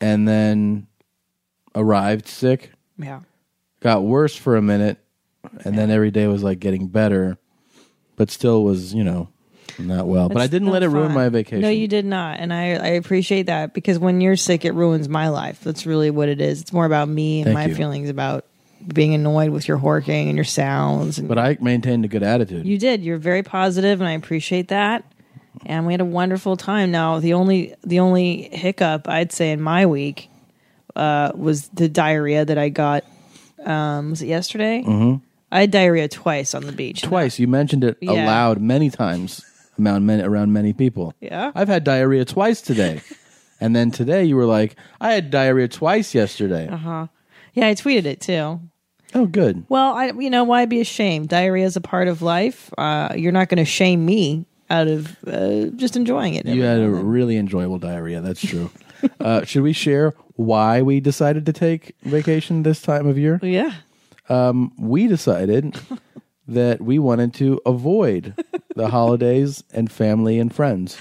Speaker 1: And then arrived sick.
Speaker 8: Yeah.
Speaker 1: Got worse for a minute. And then every day was like getting better, but still was, you know, not well. but I
Speaker 8: That's
Speaker 1: didn't
Speaker 8: not
Speaker 1: let it ruin
Speaker 8: fun.
Speaker 1: my vacation.
Speaker 8: No, you did not, and I, I appreciate that because when you're sick, it ruins my life. That's really what it is. It's more about me and
Speaker 1: Thank
Speaker 8: my
Speaker 1: you.
Speaker 8: feelings about being annoyed with your horking and your sounds. And
Speaker 1: but I maintained a good attitude.
Speaker 8: you did. You're very positive, and I appreciate that. And we had a wonderful time. Now, the only the only hiccup I'd say in my week uh, was the diarrhea that I got. Um, was it yesterday?
Speaker 1: Mhm.
Speaker 8: I had diarrhea twice on the beach.
Speaker 1: Twice. You mentioned it
Speaker 8: Yeah.
Speaker 1: aloud many times around many, around many people.
Speaker 8: Yeah.
Speaker 1: I've had diarrhea twice today. and then today you were like, I had diarrhea twice yesterday.
Speaker 8: Uh huh. Yeah, I tweeted it too.
Speaker 1: Oh, good.
Speaker 8: Well, I you know why be ashamed? Diarrhea is a part of life. Uh, you're not going to shame me out of uh, just enjoying it.
Speaker 1: You had a really enjoyable diarrhea. That's true. uh, should we share why we decided to take vacation this time of year?
Speaker 8: Yeah.
Speaker 1: Um, we decided that we wanted to avoid the holidays and family and friends.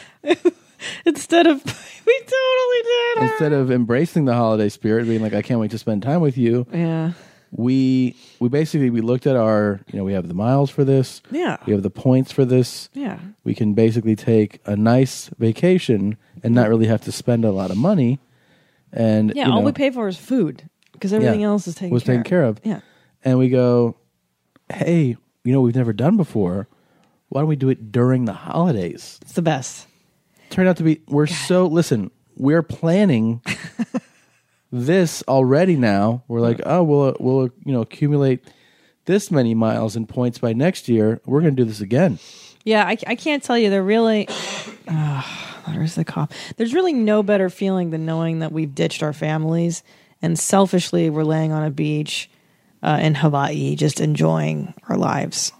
Speaker 8: Instead of we totally did.
Speaker 1: Instead of embracing the holiday spirit, being like, I can't wait to spend time with you.
Speaker 8: Yeah.
Speaker 1: We we basically we looked at our you know we have the miles for this
Speaker 8: Yeah.
Speaker 1: we have the points for this
Speaker 8: Yeah.
Speaker 1: we can basically take a nice vacation and not really have to spend a lot of money and
Speaker 8: Yeah,
Speaker 1: you
Speaker 8: all
Speaker 1: know,
Speaker 8: we pay for is food because everything
Speaker 1: Yeah.
Speaker 8: else is taken
Speaker 1: was
Speaker 8: care
Speaker 1: taken care of.
Speaker 8: Yeah.
Speaker 1: And we go, hey, you know, we've never done before. Why don't we do it during the holidays? It's
Speaker 8: the best.
Speaker 1: Turned out to be, we're so, listen, we're planning this already now. We're like, oh, we'll, we'll, you know, accumulate this many miles and points by next year. We're going to do this again.
Speaker 8: Yeah, I, I can't tell you. They're really. there's the cop. There's really no better feeling than knowing that we've ditched our families and selfishly we're laying on a beach uh, in Hawaii, just enjoying our lives.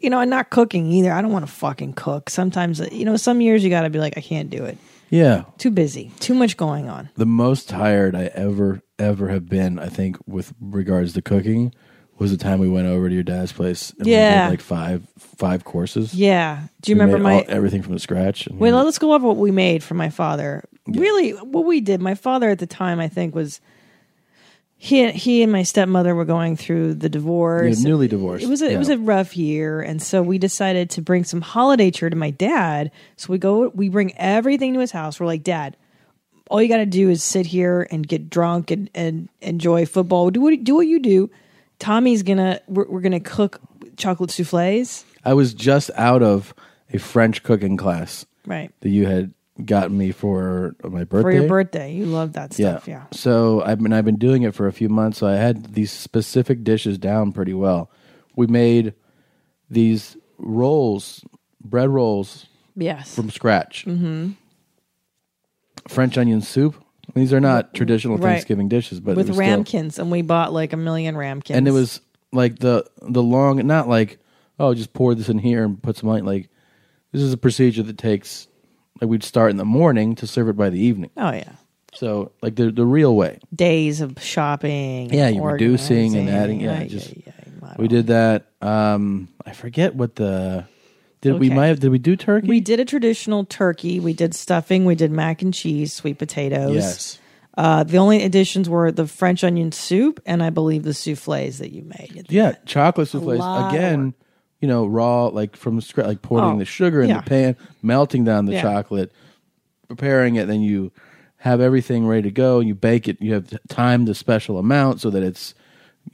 Speaker 8: You know, and not cooking either. I don't want to fucking cook. Sometimes, you know, some years you got to be like, I can't do it.
Speaker 1: Yeah.
Speaker 8: Too busy. Too much going on.
Speaker 1: The most tired I ever, ever have been, I think, with regards to cooking, was the time we went over to your dad's place. And We
Speaker 8: Yeah.
Speaker 1: did like five, five courses.
Speaker 8: Yeah. Do you
Speaker 1: We
Speaker 8: remember
Speaker 1: made
Speaker 8: my
Speaker 1: all- everything from scratch? And
Speaker 8: Wait, let's go over what we made for my father. Really, what we did. My father at the time, I think, was he. He and my stepmother were going through the divorce.
Speaker 1: Yeah, newly divorced,
Speaker 8: It was a, it
Speaker 1: yeah.
Speaker 8: was a rough year, and so we decided to bring some holiday cheer to my dad. So we go. We bring everything to his house. We're like, Dad, all you got to do is sit here and get drunk and, and enjoy football. Do what do what you do. Tommy's gonna. We're, we're gonna cook chocolate souffles.
Speaker 1: I was just out of a French cooking class
Speaker 8: Right.
Speaker 1: that you had gotten me for my birthday.
Speaker 8: For your birthday, you love that stuff, yeah.
Speaker 1: So I've been I've been doing it for a few months. So I had these specific dishes down pretty well. We made these rolls, bread rolls,
Speaker 8: Yes.
Speaker 1: from scratch.
Speaker 8: Mm-hmm.
Speaker 1: French onion soup. These are not traditional
Speaker 8: Right.
Speaker 1: Thanksgiving dishes, but it
Speaker 8: with
Speaker 1: was still-
Speaker 8: ramkins, and we bought like a million ramkins.
Speaker 1: and it was like the the long not like oh just pour this in here and put some light like this is a procedure that takes like we'd start in the morning to serve it by the evening
Speaker 8: oh yeah
Speaker 1: so like the the real way
Speaker 8: days of shopping.
Speaker 1: yeah
Speaker 8: and
Speaker 1: you're reducing and
Speaker 8: organizing,
Speaker 1: adding yeah
Speaker 8: right,
Speaker 1: just we did that um i forget what the did we
Speaker 8: Okay.
Speaker 1: might have, did we do turkey
Speaker 8: We did a traditional turkey. We did stuffing. We did mac and cheese, sweet potatoes.
Speaker 1: Yes.
Speaker 8: Uh, the only additions were the French onion soup and I believe the souffles that you made.
Speaker 1: yeah chocolate souffles
Speaker 8: lot of
Speaker 1: again you know raw like from scratch like pouring
Speaker 8: Oh,
Speaker 1: the sugar in
Speaker 8: yeah.
Speaker 1: the pan melting down the
Speaker 8: Yeah.
Speaker 1: chocolate preparing it then you have everything ready to go you bake it you have time the special amount so that it's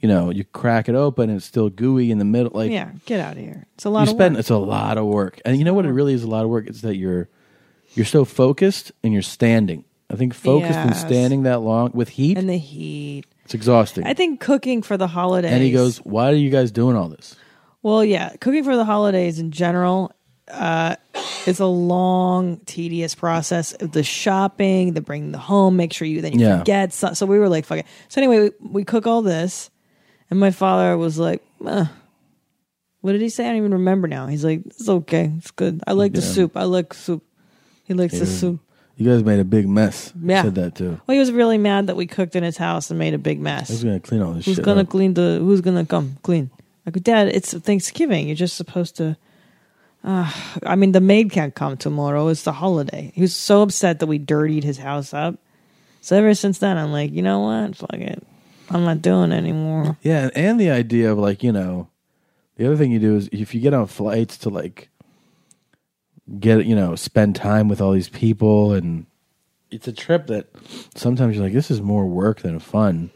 Speaker 1: you know you crack it open and it's still gooey in the middle like
Speaker 8: yeah, get out of here. It's a lot
Speaker 1: you
Speaker 8: of
Speaker 1: spend
Speaker 8: work.
Speaker 1: it's a lot of work and you know what it really is a lot of work it's that you're you're so focused and you're standing i think focused and
Speaker 8: Yes.
Speaker 1: standing that long with heat
Speaker 8: and the heat
Speaker 1: it's exhausting
Speaker 8: I think cooking for the holidays.
Speaker 1: and he goes why are you guys doing all this
Speaker 8: Well, yeah, cooking for the holidays in general uh, is a long, tedious process. The shopping, the bringing the home, make sure you then you
Speaker 12: Yeah.
Speaker 8: forget. So, so we were like, fuck it. So anyway, we, we cook all this, and my father was like, "Uh, what did he say? I don't even remember now. He's like, it's okay, it's good. I like the
Speaker 1: Yeah.
Speaker 8: soup. I like soup. He likes the
Speaker 1: Yeah.
Speaker 8: soup.
Speaker 1: you guys made a big mess
Speaker 8: Yeah.
Speaker 1: said that too
Speaker 8: Well, he was really mad that we cooked in his house and made a big mess.
Speaker 1: Who's gonna clean all this
Speaker 8: Who's
Speaker 1: shit
Speaker 8: gonna
Speaker 1: up?
Speaker 8: clean the? Who's gonna come clean? Like, Dad, it's Thanksgiving. You're just supposed to. Uh, I mean, the maid can't come tomorrow. It's the holiday. He was so upset that we dirtied his house up. So ever since then, I'm like, you know what? Fuck it. I'm not doing it anymore.
Speaker 1: Yeah, and the idea of like, you know, the other thing you do is if you get on flights to like get, you know, spend time with all these people and it's a trip that sometimes you're like this is more work than fun.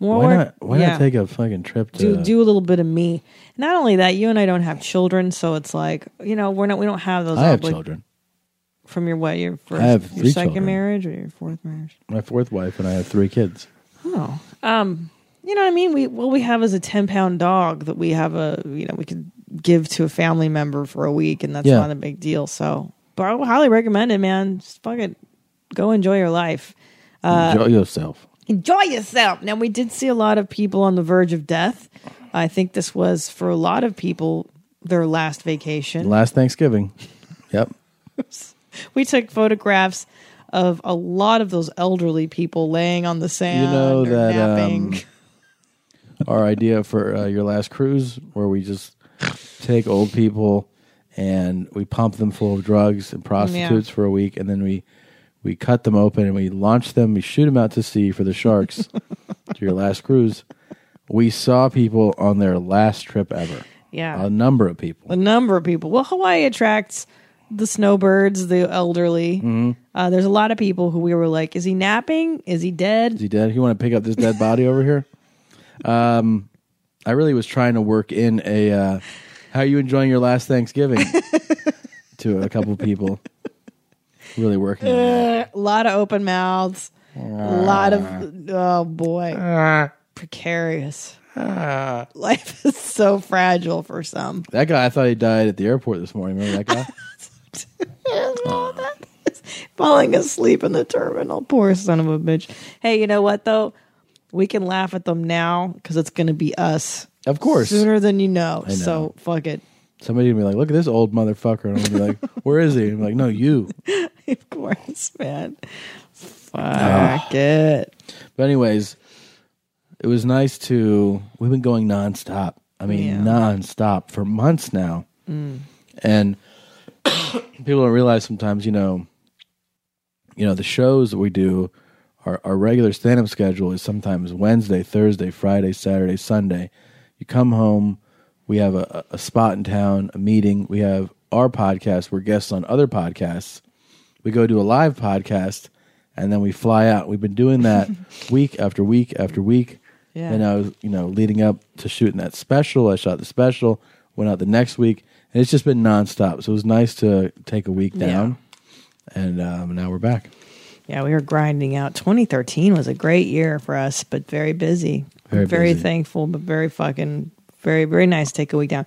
Speaker 8: More
Speaker 1: why
Speaker 8: work-
Speaker 1: not why
Speaker 8: yeah.
Speaker 1: not take a fucking trip to
Speaker 8: do do a little bit of me. Not only that, you and I don't have children, so it's like you know we're not we don't have those.
Speaker 1: I have
Speaker 8: obli-
Speaker 1: children.
Speaker 8: from your what your first
Speaker 1: have
Speaker 8: your
Speaker 1: three
Speaker 8: second
Speaker 1: children.
Speaker 8: marriage or your fourth marriage.
Speaker 1: My fourth wife and I have three kids.
Speaker 8: Oh, um, you know what I mean. We what we have is a ten pound dog that we have a you know we could give to a family member for a week, and that's
Speaker 1: Yeah.
Speaker 8: not a big deal. So, but I would highly recommend it, man. Just fucking go enjoy your life. Uh,
Speaker 1: Enjoy yourself.
Speaker 8: enjoy yourself. Now, we did see a lot of people on the verge of death. I think this was for a lot of people their last vacation.
Speaker 1: Last Thanksgiving. Yep.
Speaker 8: we took photographs of a lot of those elderly people laying on the sand
Speaker 1: you know
Speaker 8: or
Speaker 1: that
Speaker 8: napping.
Speaker 1: um, our idea for uh, your last cruise where we just take old people and we pump them full of drugs
Speaker 8: Mm,
Speaker 1: and prostitutes for a week and then we we cut them open and we launch them we shoot them out to sea for the sharks to your last cruise we saw people on their last trip ever
Speaker 8: Yeah.
Speaker 1: a number of people
Speaker 8: the number of people. Well, Hawaii attracts the snowbirds, the elderly.
Speaker 1: Mhm.
Speaker 8: Uh, there's a lot of people who we were like, is he napping? Is he dead?
Speaker 1: Is he dead? You want to pick up this dead body over here? Um, I really was trying to work in a uh, how are you enjoying your last Thanksgiving to a couple people. Really working. on that.
Speaker 8: A lot of open mouths. A lot of
Speaker 1: Ah.
Speaker 8: oh boy, precarious.
Speaker 1: Ah.
Speaker 8: Life is so fragile for some.
Speaker 1: That guy, I thought he died at the airport this morning. Remember that guy?
Speaker 8: Falling asleep in the terminal, poor son of a bitch. Hey, you know what though? We can laugh at them now because it's going to be us,
Speaker 1: Of course.
Speaker 8: sooner than you know.
Speaker 1: I know.
Speaker 8: So fuck it.
Speaker 1: Somebody would be like, "Look at this old motherfucker," and I'm gonna be like, "Where is he?" And I'm like, "No, you."
Speaker 8: of course, man.
Speaker 1: Fuck
Speaker 8: it.
Speaker 1: But anyways, it was nice to. We've been going nonstop. I mean,
Speaker 8: Yeah.
Speaker 1: nonstop for months now.
Speaker 8: Mm.
Speaker 1: and people don't realize sometimes you know you know the shows that we do our, our regular stand-up schedule is sometimes wednesday thursday friday saturday sunday you come home we have a, a spot in town a meeting we have our podcast we're guests on other podcasts we go do a live podcast and then we fly out we've been doing that week after week after week
Speaker 8: Yeah.
Speaker 1: and I was, you know, leading up to shooting that special. I shot the special, went out the next week, and it's just been nonstop. So it was nice to take a week
Speaker 8: Yeah.
Speaker 1: down, and um, now we're back.
Speaker 8: Yeah, we were grinding out. 2013 was a great year for us, but very busy.
Speaker 1: Very busy.
Speaker 8: thankful, but very fucking, very, very nice. to Take a week down.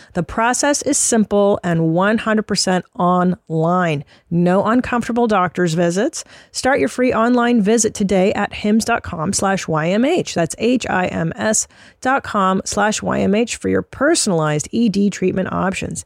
Speaker 2: The process is simple and 100% online. No uncomfortable doctor's visits. Start your free online visit today at hims.com slash YMH. That's H-I-M-S dot com slash YMH for your personalized E ED treatment options.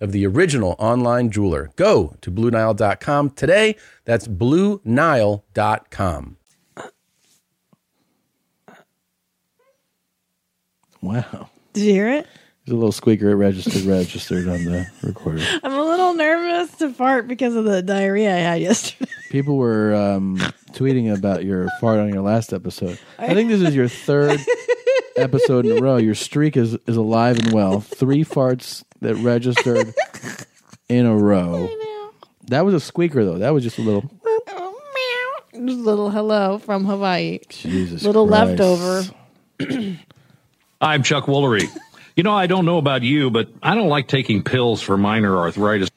Speaker 12: of the original online jeweler. Go to BlueNile.com today. That's BlueNile.com.
Speaker 1: Wow.
Speaker 8: Did you hear it?
Speaker 1: There's a little squeaker. It registered, registered on the recorder.
Speaker 8: I'm a little nervous to fart because of the diarrhea I had yesterday.
Speaker 1: People were um, tweeting about your fart on your last episode. I think this is your third episode in a row. Your streak is, is alive and well. Three farts that registered in a row. That was a squeaker, though. That was just a little.
Speaker 8: Just a little hello from Hawaii.
Speaker 1: Jesus
Speaker 8: little
Speaker 1: Christ.
Speaker 8: leftover.
Speaker 4: I'm Chuck Woolery. You know, I don't know about you, but I don't like taking pills for minor arthritis.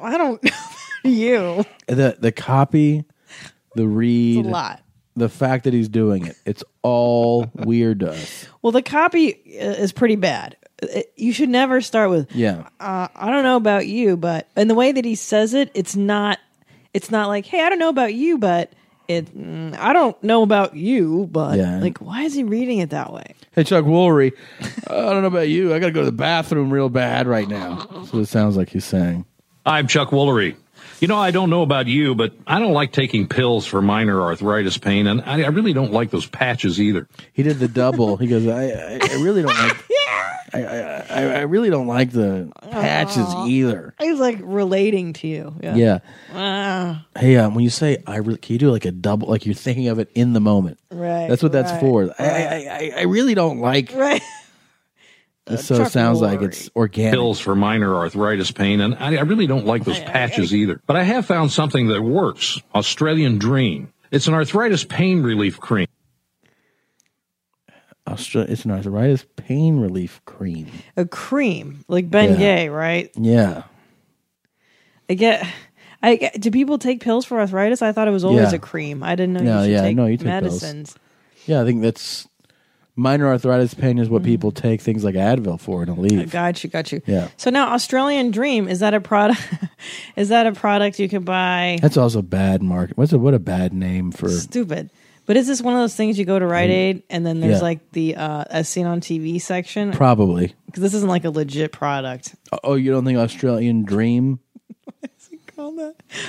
Speaker 8: I don't know you.
Speaker 1: The, the copy, the read.
Speaker 8: It's a lot.
Speaker 1: The fact that he's doing it. It's all weird to us.
Speaker 8: Well, the copy uh, is pretty bad. It- you should never start with
Speaker 1: Yeah.
Speaker 8: uh, I don't know about you, but and the way that he says it, it's not it's not like, hey, I don't know about you, but it mm, I don't know about you, but
Speaker 1: Yeah.
Speaker 8: like why is he reading it that way?
Speaker 1: Hey, Chuck Woolery, I don't know about you. I got to go to the bathroom real bad right now. That's what it sounds like he's saying.
Speaker 4: I'm Chuck Woolery. You know, I don't know about you, but I don't like taking pills for minor arthritis pain, and I, I really don't like those patches either.
Speaker 1: He did the double. He goes, I, I, I really don't like. I, I, I, I really don't like the patches either.
Speaker 8: He's like relating to you. Oh. Yeah.
Speaker 1: Yeah.
Speaker 8: Ah,
Speaker 1: Hey, um, when you say I really, can you do like a double? Like you're thinking of it in the moment.
Speaker 8: Right,
Speaker 1: That's what that's
Speaker 8: right,
Speaker 1: for. I, I, I, I really don't like.
Speaker 8: Right.
Speaker 1: This so it sounds like it's organic.
Speaker 4: Pills for minor arthritis pain, and I, I really don't like those patches either. But I have found something that works Australian Dream. It's an arthritis pain relief cream.
Speaker 1: Austra- it's an arthritis pain relief cream.
Speaker 8: a cream like Bengay,
Speaker 1: Yeah.
Speaker 8: right?
Speaker 1: Yeah.
Speaker 8: I get. I get, do people take pills for arthritis? I thought it was always
Speaker 1: Yeah.
Speaker 8: a cream. I didn't know.
Speaker 1: No,
Speaker 8: you should
Speaker 1: yeah,
Speaker 8: take
Speaker 1: no, you take pills.
Speaker 8: medicines.
Speaker 1: Yeah, I think that's minor arthritis pain is what people take things like Advil for and
Speaker 8: Mm-hmm. I
Speaker 1: leave.
Speaker 8: got you, got you.
Speaker 1: Yeah.
Speaker 8: So now Australian Dream is that a product? is that a product you can buy?
Speaker 1: That's also bad market. What's a, what a bad name for
Speaker 8: stupid. But is this one of those things you go to Rite
Speaker 1: Mm.
Speaker 8: Aid and then there's
Speaker 1: Yeah.
Speaker 8: like the uh, as seen on TV section?
Speaker 1: probably.
Speaker 8: because this isn't like a legit product.
Speaker 1: Oh, you don't think Australian Dream?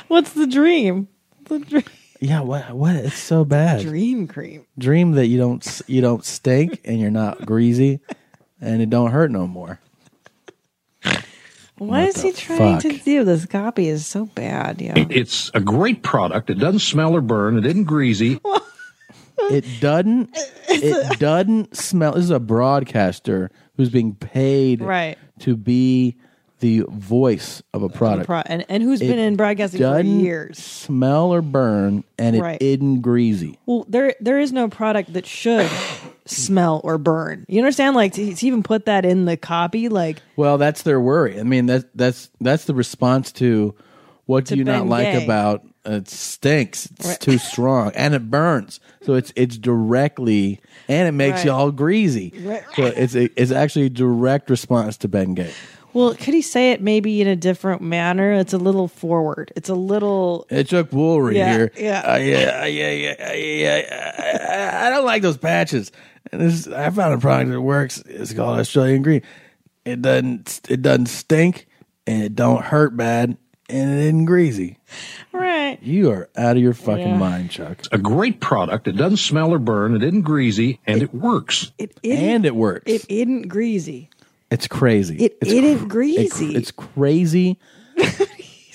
Speaker 8: What's the dream? The dream,
Speaker 1: Yeah, what what it's so bad.
Speaker 8: dream cream.
Speaker 1: Dream that you don't s- you don't stink and you're not greasy and it don't hurt no more.
Speaker 8: Why
Speaker 1: What
Speaker 8: is he
Speaker 1: the
Speaker 8: trying to
Speaker 1: fuck?
Speaker 8: do this? Copy is so bad. Yeah.
Speaker 4: It's a great product. It doesn't smell or burn. It isn't greasy.
Speaker 1: It doesn't it doesn't smell. This is a broadcaster who's being paid
Speaker 8: Right.
Speaker 1: to be the voice of a product.
Speaker 8: Pro- and and who's
Speaker 1: It
Speaker 8: been in broadcasting for
Speaker 1: doesn't
Speaker 8: years?
Speaker 1: Smell or burn, and it
Speaker 8: Right.
Speaker 1: isn't greasy.
Speaker 8: Well, there there is no product that should smell or burn. You understand? Like to, to even put that in the copy, like
Speaker 1: Well, that's their worry. I mean, that's that's that's the response to what
Speaker 8: To
Speaker 1: do you not
Speaker 8: Bengay.
Speaker 1: like about uh, it stinks. It's
Speaker 8: Right.
Speaker 1: too strong and it burns. So it's it's directly and it makes
Speaker 8: Right.
Speaker 1: you all greasy.
Speaker 8: Right.
Speaker 1: So it's a, it's actually a direct response to Bengay.
Speaker 8: well, could he say it maybe in a different manner? It's a little forward. It's a little
Speaker 1: It took Woolery
Speaker 8: Yeah,
Speaker 1: here.
Speaker 8: yeah.
Speaker 1: Uh, yeah, yeah, uh, yeah, yeah, yeah. I, I- I don't like those patches. And this, I found a product that works. It's called Australian Green. It doesn't, it doesn't stink, and it don't hurt bad, and it isn't greasy.
Speaker 8: right.
Speaker 1: You are out of your fucking
Speaker 8: Yeah.
Speaker 1: mind, Chuck.
Speaker 4: It's a great product. It doesn't smell or burn. It isn't greasy, and it works.
Speaker 8: It isn't-
Speaker 1: And it works.
Speaker 8: It isn't greasy.
Speaker 1: It's crazy.
Speaker 8: It
Speaker 1: it's
Speaker 8: isn't
Speaker 1: it-
Speaker 8: greasy.
Speaker 1: it's crazy
Speaker 8: He's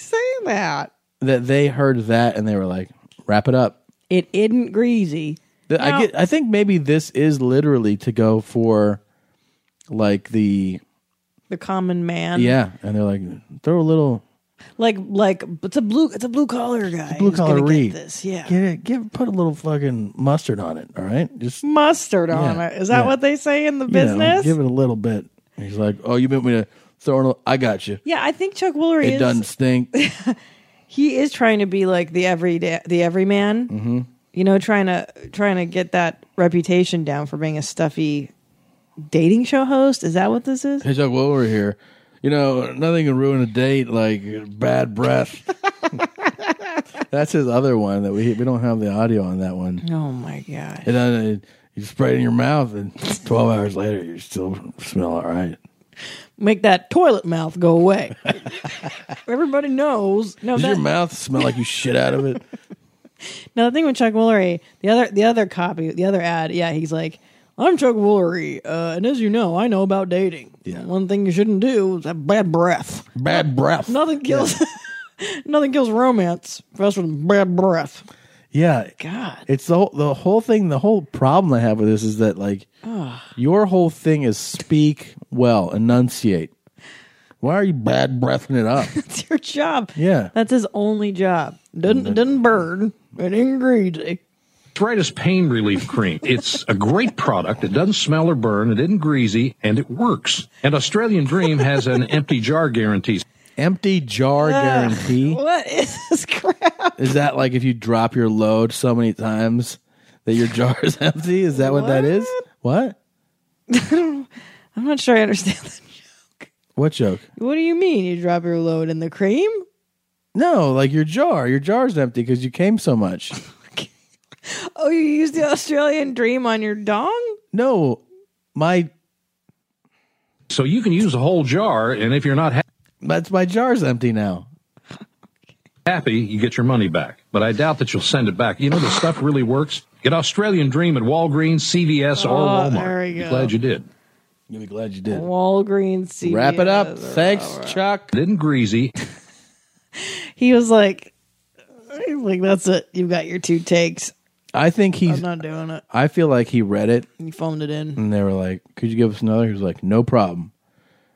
Speaker 8: saying that
Speaker 1: that they heard that and they were like, "Wrap it up."
Speaker 8: it isn't greasy.
Speaker 1: The- I
Speaker 8: Now-
Speaker 1: get. I think maybe this is literally to go for like the
Speaker 8: The common man.
Speaker 1: yeah, and they're like throw a little
Speaker 8: Like like it's a blue it's a blue collar guy. who's
Speaker 1: blue collar
Speaker 8: gonna get
Speaker 1: reed.
Speaker 8: This yeah.
Speaker 1: Get it. Give put a little fucking mustard on it. All right, just
Speaker 8: mustard on
Speaker 1: Yeah,
Speaker 8: it. Is that
Speaker 1: yeah.
Speaker 8: what they say in the
Speaker 1: you know,
Speaker 8: business?
Speaker 1: give it a little bit. And he's like, oh, you meant me to throwing. a- I got you.
Speaker 8: Yeah, I think Chuck Woolery
Speaker 1: It
Speaker 8: is
Speaker 1: doesn't stink.
Speaker 8: he is trying to be like the everyday the everyman.
Speaker 1: hmm
Speaker 8: You know, trying to trying to get that reputation down for being a stuffy dating show host. Is that what this is?
Speaker 1: Hey, Chuck Woolery here. You know, nothing can ruin a date like bad breath. That's his other one that we we don't have the audio on that one.
Speaker 8: Oh my god!
Speaker 1: And then uh, you spray it in your mouth, and twelve hours later, you still smell all right.
Speaker 8: Make that toilet mouth go away. Everybody knows. No,
Speaker 1: Does
Speaker 8: that,
Speaker 1: your mouth smell like you shit out of it?
Speaker 8: Now the thing with Chuck Woolery, the other the other copy, the other ad, yeah, he's like, "I'm Chuck Woolery, uh, and as you know, I know about dating. One thing you shouldn't do is have bad breath.
Speaker 1: Bad breath.
Speaker 8: Nothing kills, nothing kills romance faster than bad breath.
Speaker 1: Yeah.
Speaker 8: God.
Speaker 1: It's the whole, the whole thing. The whole problem I have with this is that like
Speaker 8: Ugh.
Speaker 1: your whole thing is speak well, enunciate. Why are you bad breathing it up?
Speaker 8: It's your job.
Speaker 1: Yeah.
Speaker 8: that's his only job. Doesn't it doesn't burn. It ain't greasy.
Speaker 4: Arthritis Pain Relief Cream. It's a great product. It doesn't smell or burn. It isn't greasy, and it works. And Australian Dream has an empty jar guarantee.
Speaker 1: Empty jar
Speaker 8: Ugh.
Speaker 1: guarantee.
Speaker 8: What is this crap?
Speaker 1: Is that like if you drop your load so many times that your jar is empty? Is that what, that is? What?
Speaker 8: I'm not sure I understand. That.
Speaker 1: What joke?
Speaker 8: What do you mean you drop your load in the cream?
Speaker 1: No, like your jar. Your jar's empty because you came so much.
Speaker 8: Oh, you used the Australian dream on your dong?
Speaker 1: No, my.
Speaker 4: So you can use a whole jar, and if you're not ha-
Speaker 1: that's my jar's empty now.
Speaker 4: Happy, you get your money back. But I doubt that you'll send it back. You know, this stuff really works. Get Australian Dream at Walgreens, CVS, or
Speaker 8: Oh,
Speaker 4: Walmart.
Speaker 8: there we
Speaker 4: You're
Speaker 8: go.
Speaker 4: Glad you did.
Speaker 1: You'll be glad you did.
Speaker 8: Walgreens. CVS.
Speaker 1: Wrap it up. Thanks, Chuck.
Speaker 4: It isn't greasy.
Speaker 8: He was like, he's like, that's it. You've got your two takes.
Speaker 1: I think he's.
Speaker 8: I'm not doing it.
Speaker 1: I feel like he read it
Speaker 8: And you phoned it in.
Speaker 1: and they were like, "Could you give us another?" He was like, "No problem.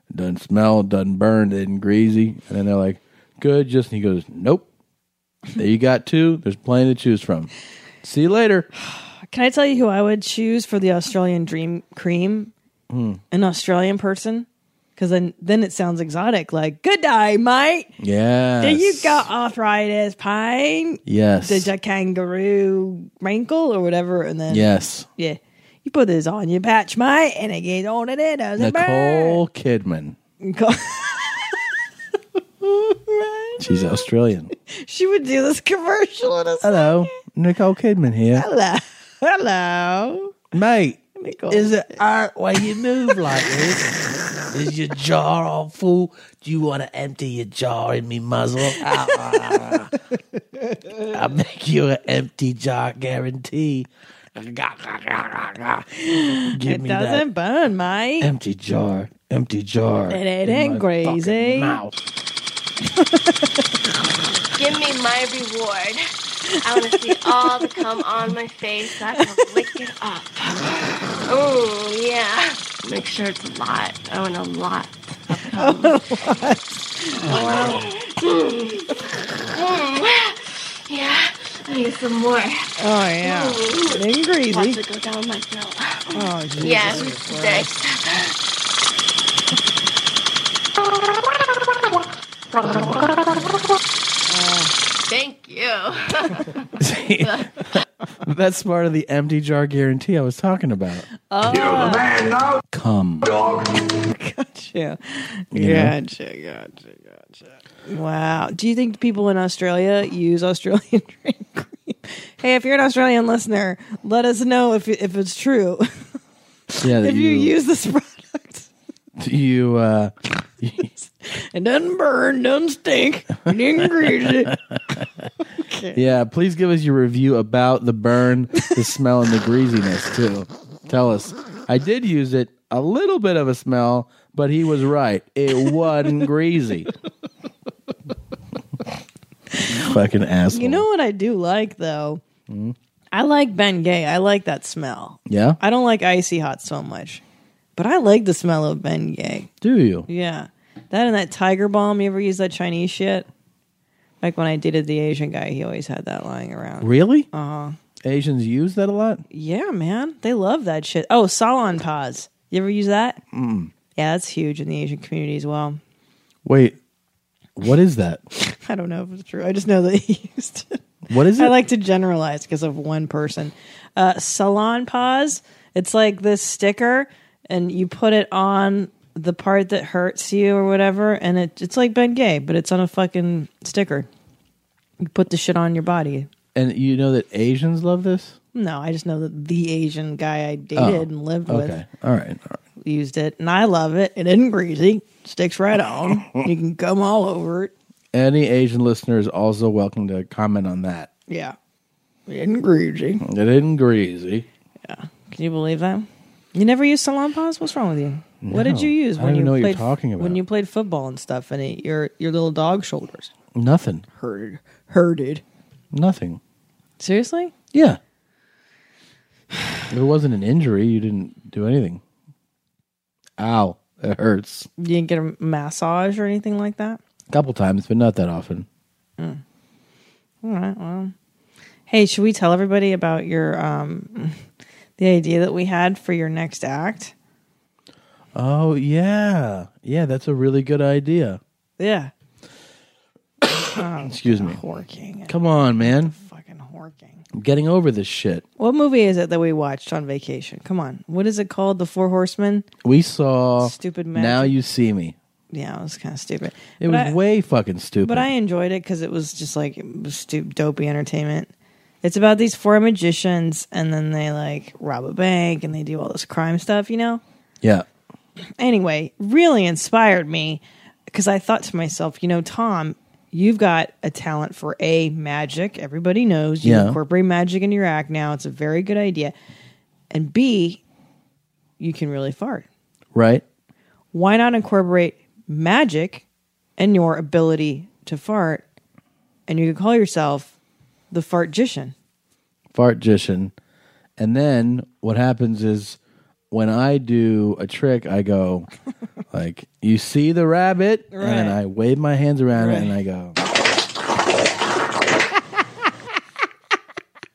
Speaker 1: It doesn't smell, it doesn't burn, it isn't greasy." And then they're like, "Good." Just and he goes, "Nope. There you got two. There's plenty to choose from. See you later."
Speaker 8: Can I tell you who I would choose for the Australian dream cream?
Speaker 1: Hmm.
Speaker 8: An Australian person? Because then, then it sounds exotic. Like, good day, mate.
Speaker 1: Yeah.
Speaker 8: Do you got arthritis pain?
Speaker 1: Yes.
Speaker 8: Did your kangaroo wrinkle or whatever? And then
Speaker 1: Yes.
Speaker 8: yeah, you put this on your patch, mate, and it gets on and it doesn't
Speaker 1: Nicole Kidman.
Speaker 8: burn. Nicole.
Speaker 1: She's Australian.
Speaker 8: she would do this commercial in a
Speaker 1: Hello, Nicole Kidman here.
Speaker 8: Hello. Hello.
Speaker 1: Mate,
Speaker 8: Nicole.
Speaker 1: is it art when you move like this? Is your jar all full? Do you want to empty your jar in me muzzle? Ah. I'll make you an empty jar guarantee. Give
Speaker 8: it
Speaker 1: me
Speaker 8: doesn't burn, mate.
Speaker 1: that empty jar. Empty jar.
Speaker 8: It, it
Speaker 1: in
Speaker 8: ain't
Speaker 1: my fucking
Speaker 8: crazy.
Speaker 1: mouth.
Speaker 13: Give me my reward. I want to see all the cum on my face. I can lick it up. Oh, yeah. Make sure it's a lot. I want a lot. of cum. Oh, mm. Mm. Yeah. I need some more.
Speaker 8: Oh, yeah.
Speaker 13: Mm.
Speaker 8: It ain't greasy.
Speaker 13: Wants to go down my throat.
Speaker 8: Oh, Jesus
Speaker 13: yeah.
Speaker 8: Christ.
Speaker 13: Next. Thank you.
Speaker 1: That's part of the empty jar guarantee I was talking about.
Speaker 13: Oh. You're the man now.
Speaker 1: Come.
Speaker 8: Gotcha.
Speaker 1: You know?
Speaker 8: Gotcha. Gotcha. Gotcha. Wow. Do you think people in Australia use Australian dream cream? Hey, if you're an Australian listener, let us know if if it's true.
Speaker 1: Yeah, that
Speaker 8: if you,
Speaker 1: you-
Speaker 8: use this product,
Speaker 1: You, uh,
Speaker 8: it doesn't burn, doesn't stink, it ain't greasy.
Speaker 1: yeah, please give us your review about the burn, the smell, and the greasiness, too. Tell us. I did use it, a little bit of a smell, but he was right. It wasn't greasy. Fucking asshole.
Speaker 8: You know what I do like though?
Speaker 1: Hmm?
Speaker 8: I like Ben Gay. I like that smell.
Speaker 1: Yeah?
Speaker 8: I don't like icy hot so much, but I like the smell of Ben Gay.
Speaker 1: Do you?
Speaker 8: Yeah. That and that tiger balm. You ever use that Chinese shit? Like when I dated the Asian guy, he always had that lying around.
Speaker 1: Really?
Speaker 8: Uh huh.
Speaker 1: Asians use that a lot?
Speaker 8: Yeah, man. They love that shit. Oh, Salon Paws. You ever use that?
Speaker 1: Mm.
Speaker 8: Yeah, that's huge in the Asian community as well.
Speaker 1: Wait, what is that?
Speaker 8: I don't know if it's true. I just know that he used it.
Speaker 1: What is it?
Speaker 8: I like to generalize because of one person. Uh, salon pause. It's like this sticker, and you put it on the part that hurts you or whatever, and it, it's like Ben Gay, but it's on a fucking sticker. You put the shit on your body.
Speaker 1: And you know that Asians love this?
Speaker 8: No, I just know that the Asian guy I dated
Speaker 1: Oh,
Speaker 8: and lived
Speaker 1: Okay. All right. All right.
Speaker 8: with used it, and I love it. It isn't greasy, sticks right on. you can come all over it.
Speaker 1: Any Asian listener is also welcome to comment on that.
Speaker 8: Yeah. It greasy.
Speaker 1: It isn't greasy.
Speaker 8: Can you believe that? You never used salon paws? What's wrong with you? what did
Speaker 1: No,
Speaker 8: you use
Speaker 1: I don't
Speaker 8: when
Speaker 1: even
Speaker 8: you
Speaker 1: know what
Speaker 8: played
Speaker 1: you're talking about.
Speaker 8: when you played football and stuff? And it, your your little dog shoulders
Speaker 1: Nothing.
Speaker 8: herded herded.
Speaker 1: Nothing.
Speaker 8: Seriously?
Speaker 1: Yeah. if it wasn't an injury, you didn't do anything. Ow. That hurts.
Speaker 8: You didn't get a massage or anything like that?
Speaker 1: A couple times, but not that often.
Speaker 8: Mm. All right. Well, hey, should we tell everybody about your um the idea that we had for your next act?
Speaker 1: Oh, yeah. Yeah, that's a really good idea.
Speaker 8: Yeah.
Speaker 1: Excuse me.
Speaker 8: Horking.
Speaker 1: Come on, man. Fucking horking. I'm getting over this shit.
Speaker 8: What movie is it that we watched on vacation? Come on. What is it called? The Four Horsemen?
Speaker 1: We saw
Speaker 8: Stupid magic.
Speaker 1: Now You See Me.
Speaker 8: Yeah, it was kind of stupid.
Speaker 1: It
Speaker 8: But
Speaker 1: was
Speaker 8: I-
Speaker 1: way fucking stupid.
Speaker 8: But I enjoyed it because it was just like it was stu- dopey entertainment. It's about these four magicians, and then they like rob a bank and they do all this crime stuff, you know?
Speaker 1: yeah.
Speaker 8: Anyway, really inspired me because I thought to myself, you know, Tom, you've got a talent for A, magic. Everybody knows you
Speaker 1: Yeah.
Speaker 8: incorporate magic into your act now. It's a very good idea. And B, you can really fart.
Speaker 1: Right?
Speaker 8: Why not incorporate magic and your ability to fart? And you could call yourself the fartician.
Speaker 1: Fartician. And then what happens is when I do a trick, I go, like, you see the rabbit? And then
Speaker 8: Right.
Speaker 1: I wave my hands around it and I go,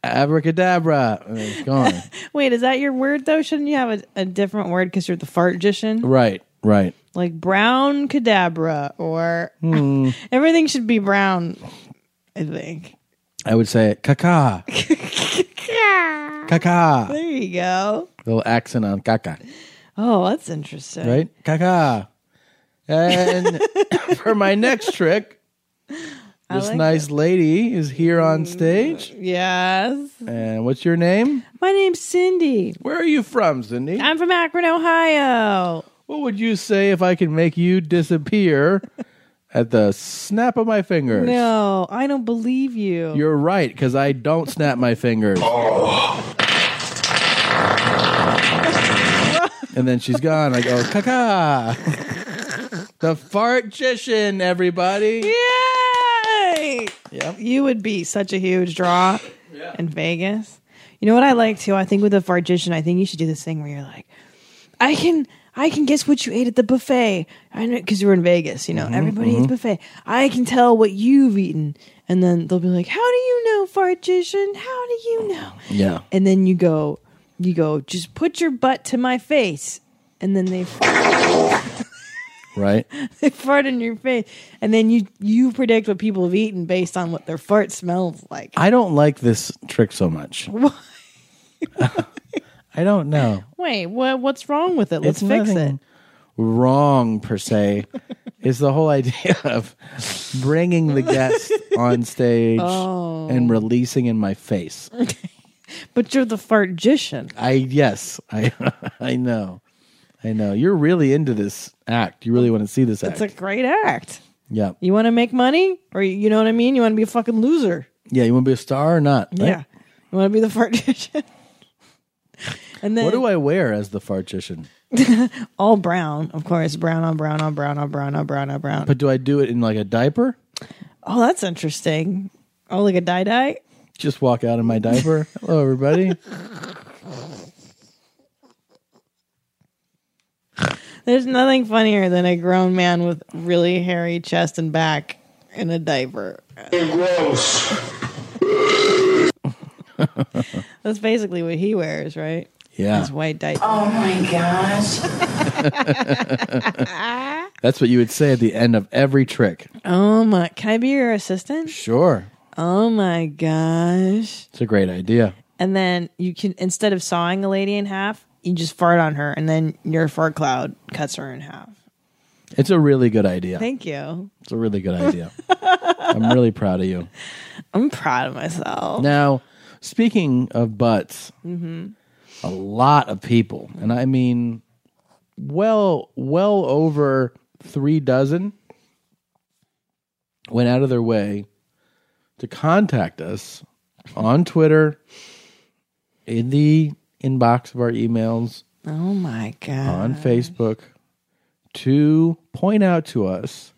Speaker 1: abracadabra. And it's gone.
Speaker 8: Wait, is that your word though? Shouldn't you have a, a different word because you're the fartician?
Speaker 1: right, right.
Speaker 8: Like brown cadabra or
Speaker 1: Hmm.
Speaker 8: everything should be brown, I think.
Speaker 1: I would say, caca, caca.
Speaker 8: There you go.
Speaker 1: Little accent on caca.
Speaker 8: Oh, that's interesting.
Speaker 1: right? Kaka. And for my next trick,
Speaker 8: I
Speaker 1: this
Speaker 8: like Mm.
Speaker 1: nice lady is here on stage.
Speaker 8: Yes.
Speaker 1: And what's your name?
Speaker 8: My name's Cindy.
Speaker 1: Where are you from, Cindy?
Speaker 8: I'm from Akron, Ohio.
Speaker 1: What would you say if I can make you disappear at the snap of my fingers?
Speaker 8: No, I don't believe you.
Speaker 1: You're right, because I don't snap my fingers. and then she's gone. I go, Kaka. the fartician, everybody.
Speaker 8: Yay! You would be such a huge draw in Vegas. You know what I like too? I think with a fartician, I think you should do this thing where you're like, I can I can guess what you ate at the buffet. I know because you were in Vegas, you know, everybody eats
Speaker 14: mhm.
Speaker 8: buffet. I can tell what you've eaten. And then they'll be like, How do you know, fartician? How do you know?
Speaker 1: Yeah.
Speaker 8: And then you go, you go, just put your butt to my face. And then they
Speaker 1: Right?
Speaker 8: they fart in your face, and then you you predict what people have eaten based on what their fart smells like.
Speaker 1: I don't like this trick so much.
Speaker 8: Why?
Speaker 1: I don't know.
Speaker 8: Wait, what what's wrong with it? Let's
Speaker 1: It's
Speaker 8: fix it.
Speaker 1: nothing Wrong per se is the whole idea of bringing the guest on stage
Speaker 8: Oh.
Speaker 1: and releasing in my face.
Speaker 8: But you're the fartician.
Speaker 1: I yes, I I know, I know. You're really into this act. You really want to see this act.
Speaker 8: It's a great act.
Speaker 1: yeah,
Speaker 8: You want to make money, or you know what I mean. You want to be a fucking loser.
Speaker 1: yeah. You want to be a star or not? right?
Speaker 8: Yeah, you want to be the fartician. and then
Speaker 1: What do I wear as the fartician?
Speaker 8: all brown, of course, brown on brown on brown on brown on brown on brown.
Speaker 1: But do I do it in like a diaper?
Speaker 8: oh, that's interesting. Oh, like a dye dye.
Speaker 1: Just walk out in my diaper. Hello, everybody.
Speaker 8: There's nothing funnier than a grown man with really hairy chest and back in a diaper.
Speaker 15: Gross.
Speaker 8: That's basically what he wears, right?
Speaker 1: Yeah. Um,
Speaker 8: His white diaper.
Speaker 14: Oh my gosh.
Speaker 1: That's what you would say at the end of every trick.
Speaker 8: Oh my! Can I be your assistant?
Speaker 1: Sure.
Speaker 8: Oh my gosh!
Speaker 1: It's a great idea.
Speaker 8: And then you can instead of sawing a lady in half, you just fart on her, and then your fart cloud cuts her in half.
Speaker 1: It's a really good idea.
Speaker 8: Thank you.
Speaker 1: It's a really good idea. I'm really proud of you.
Speaker 8: I'm proud of myself.
Speaker 1: Now, speaking of butts,
Speaker 8: hmm
Speaker 1: a lot of people, and I mean, well, well over three dozen, went out of their way to contact us on Twitter, in the inbox of our emails,
Speaker 8: Oh my god!
Speaker 1: on Facebook to point out to us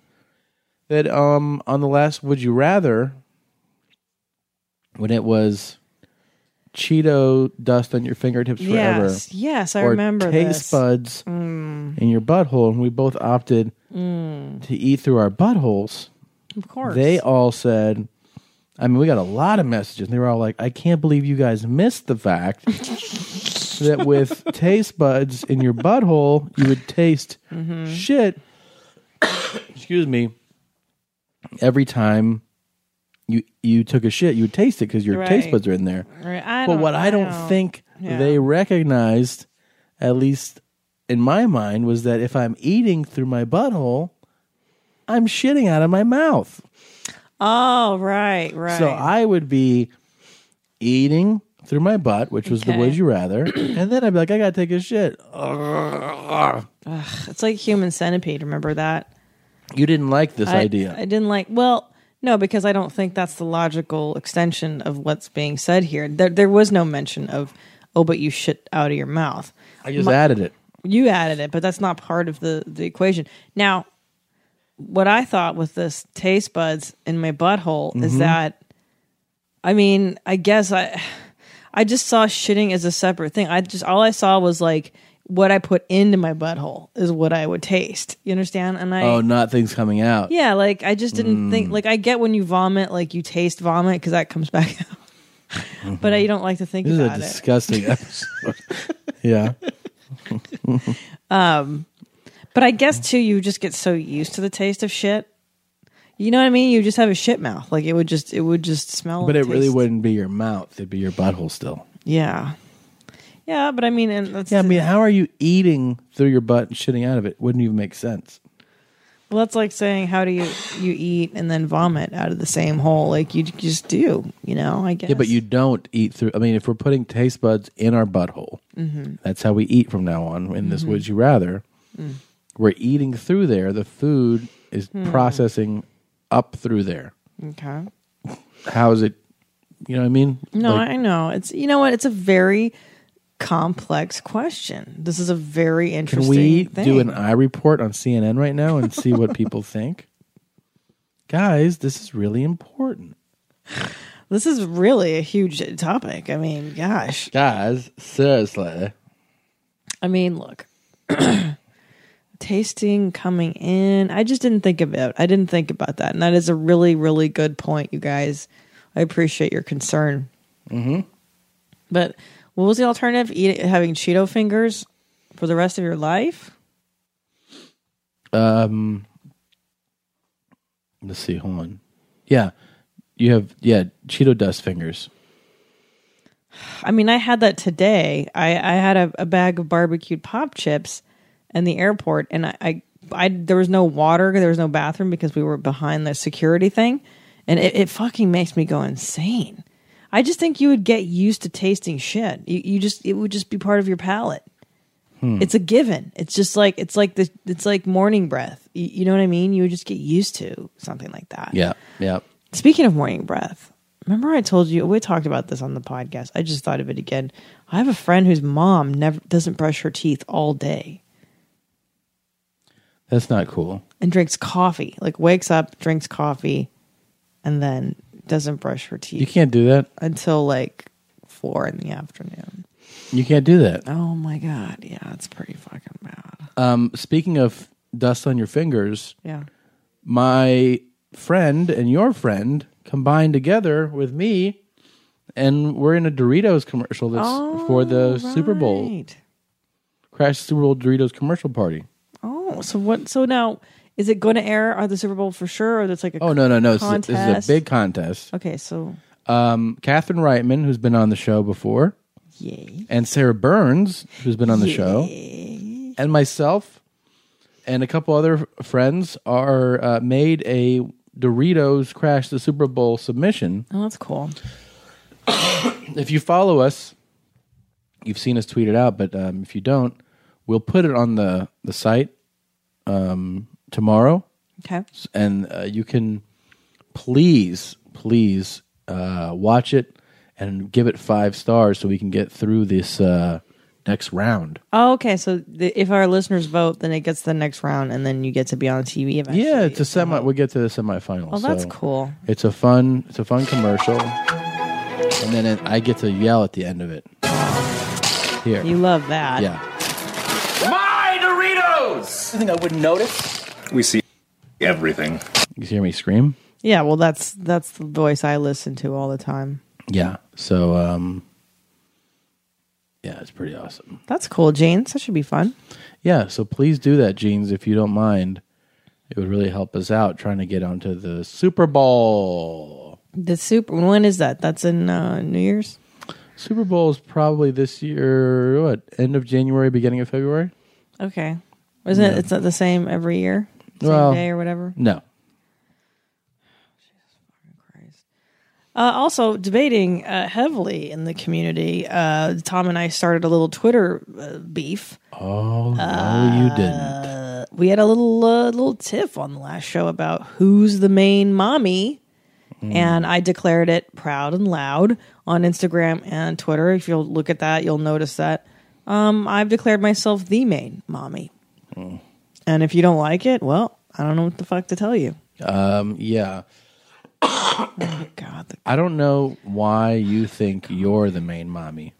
Speaker 1: that um on the last Would You Rather when it was Cheeto dust on your fingertips
Speaker 8: Yes,
Speaker 1: forever.
Speaker 8: yes, I
Speaker 1: or
Speaker 8: remember
Speaker 1: taste
Speaker 8: this.
Speaker 1: buds
Speaker 8: Mm.
Speaker 1: in your butthole, and we both opted
Speaker 8: Mm.
Speaker 1: to eat through our buttholes.
Speaker 8: Of course.
Speaker 1: They all said, I mean, we got a lot of messages. They were all like, I can't believe you guys missed the fact that with taste buds in your butthole, you would taste
Speaker 8: Mm-hmm.
Speaker 1: shit. Excuse me. Every time you you took a shit, you would taste it because your taste
Speaker 8: Right.
Speaker 1: buds are in there.
Speaker 8: Right, I
Speaker 1: but
Speaker 8: don't
Speaker 1: what I don't
Speaker 8: know.
Speaker 1: think
Speaker 8: Yeah.
Speaker 1: they recognized, at least in my mind, was that if I'm eating through my butthole, I'm shitting out of my mouth.
Speaker 8: Oh right, right.
Speaker 1: So I would be eating through my butt, which was the
Speaker 8: Okay.
Speaker 1: would you rather, and then I'd be like, I gotta take a shit. Ugh.
Speaker 8: Ugh, it's like human centipede. Remember that
Speaker 1: You didn't like this
Speaker 8: I-
Speaker 1: idea.
Speaker 8: I didn't like. Well, no, because I don't think that's the logical extension of what's being said here. There, there was no mention of oh, but you shit out of your mouth.
Speaker 1: I just
Speaker 8: My-
Speaker 1: added it.
Speaker 8: You added it, but that's not part of the the equation. Now, what I thought with this taste buds in my butthole is
Speaker 1: Mhm.
Speaker 8: that, I mean, I guess I, I just saw shitting as a separate thing. I just all I saw was like what I put into my butthole is what I would taste. You understand? And I
Speaker 1: oh, not things coming out.
Speaker 8: yeah, like I just didn't think.
Speaker 1: Mm.
Speaker 8: Like I get when you vomit, like you taste vomit because that comes back out. but I don't like to think
Speaker 1: Mm-hmm. This is a
Speaker 8: about
Speaker 1: disgusting episode. yeah.
Speaker 8: it. Um, but I guess too, you just get so used to the taste of shit. You know what I mean? You just have a shit mouth. Like it would just, it would just smell.
Speaker 1: but it
Speaker 8: and
Speaker 1: really
Speaker 8: taste.
Speaker 1: wouldn't be your mouth, it'd be your butthole still.
Speaker 8: Yeah. Yeah, but I mean, and that's
Speaker 1: Yeah, I mean, how are you eating through your butt and shitting out of it? Wouldn't even make sense.
Speaker 8: well, that's like saying how do you you eat and then vomit out of the same hole? Like you just do. You know, I guess.
Speaker 1: Yeah, but you don't eat through. I mean, if we're putting taste buds in our butthole,
Speaker 8: Mhm.
Speaker 1: that's how we eat from now on. In this
Speaker 8: Mhm.
Speaker 1: Would You Rather,
Speaker 8: Mm.
Speaker 1: we're eating through there. The food is
Speaker 8: Hmm.
Speaker 1: processing up through there.
Speaker 8: Okay.
Speaker 1: How is it? You know what I mean?
Speaker 8: No,
Speaker 1: Like,
Speaker 8: I know. It's you know what? It's a very complex question. This is a very
Speaker 1: can
Speaker 8: interesting.
Speaker 1: we
Speaker 8: thing.
Speaker 1: do an eye report on CNN right now and see what people think? Guys, this is really important.
Speaker 8: This is really a huge topic. I mean, gosh.
Speaker 1: Guys, seriously.
Speaker 8: I mean, look. Tasting coming in. I just didn't think about. I didn't think about that, and that is a really, really good point, you guys. I appreciate your concern.
Speaker 1: Mm-hmm.
Speaker 8: But what was the alternative? Eat, having Cheeto fingers for the rest of your life?
Speaker 1: Um, let's see. Hold on. Yeah, you have yeah Cheeto dust fingers.
Speaker 8: I mean, I had that today. I, I had a, a bag of barbecued pop chips in the airport, and I, I, I there was no water, there was no bathroom because we were behind the security thing, and it, it fucking makes me go insane. I just think you would get used to tasting shit. You, you just it would just be part of your palate.
Speaker 1: Hmm.
Speaker 8: It's a given. It's just like it's like the it's like morning breath. You, you know what I mean? You would just get used to something like that.
Speaker 1: Yeah, yeah.
Speaker 8: Speaking of morning breath, remember I told you we talked about this on the podcast. I just thought of it again. I have a friend whose mom never doesn't brush her teeth all day
Speaker 1: That's not cool.
Speaker 8: and drinks coffee. Like wakes up, drinks coffee, and then doesn't brush her teeth.
Speaker 1: You can't do that.
Speaker 8: until like four in the afternoon.
Speaker 1: You can't do that.
Speaker 8: Oh my god, yeah, it's pretty fucking bad.
Speaker 1: Um, speaking of dust on your fingers,
Speaker 8: Yeah.
Speaker 1: my friend and your friend combined together with me, and we're in a Doritos commercial that's for the Super Bowl. crashed the Super Bowl Doritos commercial party.
Speaker 8: Oh, so what? So now, is it going to air on the Super Bowl for sure, or it's like a
Speaker 1: Oh no no no! This is, a-
Speaker 8: contest?
Speaker 1: this is a big contest.
Speaker 8: Okay, so
Speaker 1: Um, Catherine Reitman, who's been on the show before,
Speaker 8: Yay.
Speaker 1: and Sarah Burns, who's been on the show, and myself, and a couple other f- friends are uh, made a Doritos Crash the Super Bowl submission.
Speaker 8: oh, that's cool.
Speaker 1: If you follow us, you've seen us tweet it out, but um, if you don't, we'll put it on the the site um, tomorrow.
Speaker 8: Okay.
Speaker 1: S- and uh, you can please, please uh, watch it and give it five stars so we can get through this uh, next round.
Speaker 8: Oh, okay. So the, if our listeners vote, then it gets to the next round, and then you get to be on TV eventually.
Speaker 1: yeah, it's a semi. We'll get to the semifinals.
Speaker 8: Oh, that's
Speaker 1: so
Speaker 8: cool.
Speaker 1: It's a fun. It's a fun commercial, and then it, I get to yell at the end of it. Here,
Speaker 8: you love that.
Speaker 1: Yeah,
Speaker 16: My Doritos! I think I wouldn't notice.
Speaker 1: we see
Speaker 16: Everything.
Speaker 1: You hear me scream.
Speaker 8: Yeah. Well, that's that's the voice I listen to all the time.
Speaker 1: Yeah. So, um, yeah, it's pretty awesome.
Speaker 8: That's cool, James. That should be fun.
Speaker 1: Yeah, so please do that, Jeans, if you don't mind. It would really help us out trying to get onto the Super Bowl.
Speaker 8: The super. When is that? That's in uh, New Year's.
Speaker 1: Super Bowl is probably this year, what, end of January, beginning of February?
Speaker 8: Okay. Isn't
Speaker 1: Yeah.
Speaker 8: it? It's not the same every year, same
Speaker 1: Well,
Speaker 8: day or whatever.
Speaker 1: No.
Speaker 8: Uh, also, debating uh, heavily in the community. Uh, Tom and I started a little Twitter uh, beef.
Speaker 1: Oh, no, you didn't.
Speaker 8: Uh, we had a little uh, little tiff on the last show about who's the main mommy, and I declared it proud and loud on Instagram and Twitter. If you'll look at that, you'll notice that um, I've declared myself the main mommy. And if you don't like it, well, I don't know what the fuck to tell you.
Speaker 1: Um, yeah. God. I don't know why you think you're the main mommy.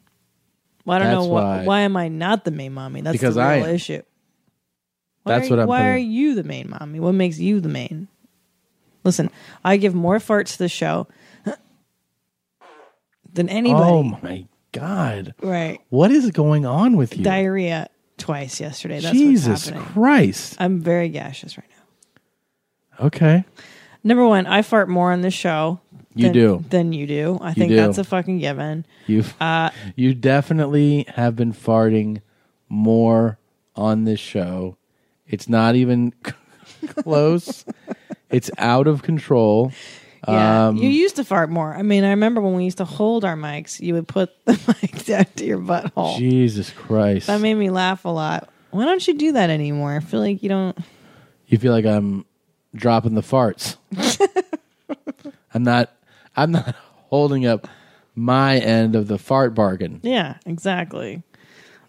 Speaker 8: Well, I don't
Speaker 1: That's
Speaker 8: know why,
Speaker 1: why-
Speaker 8: why. am I not the main mommy? That's
Speaker 1: Because
Speaker 8: the
Speaker 1: I
Speaker 8: real
Speaker 1: am.
Speaker 8: issue. Why
Speaker 1: That's
Speaker 8: are,
Speaker 1: what I'm
Speaker 8: Why
Speaker 1: putting-
Speaker 8: are you the main mommy? What makes you the main? Listen, I give more farts to the show than anybody.
Speaker 1: Oh, my God.
Speaker 8: Right.
Speaker 1: What is going on with you?
Speaker 8: Diarrhea twice yesterday. That's what's
Speaker 1: Jesus
Speaker 8: happening.
Speaker 1: Christ.
Speaker 8: I'm very gaseous right now.
Speaker 1: Okay.
Speaker 8: Number one, I fart more on this show.
Speaker 1: You
Speaker 8: than,
Speaker 1: do.
Speaker 8: than you do. I
Speaker 1: You
Speaker 8: think
Speaker 1: do.
Speaker 8: that's a fucking given.
Speaker 1: You
Speaker 8: Uh,
Speaker 1: you definitely have been farting more on this show. It's not even close. it's out of control.
Speaker 8: Yeah,
Speaker 1: Um,
Speaker 8: you used to fart more. I mean, I remember when we used to hold our mics, you would put the mic down to your butthole.
Speaker 1: Jesus Christ.
Speaker 8: Oh. That made me laugh a lot. Why don't you do that anymore? I feel like you don't.
Speaker 1: you feel like I'm dropping the farts. I'm not I'm not holding up my end of the fart bargain.
Speaker 8: Yeah, exactly.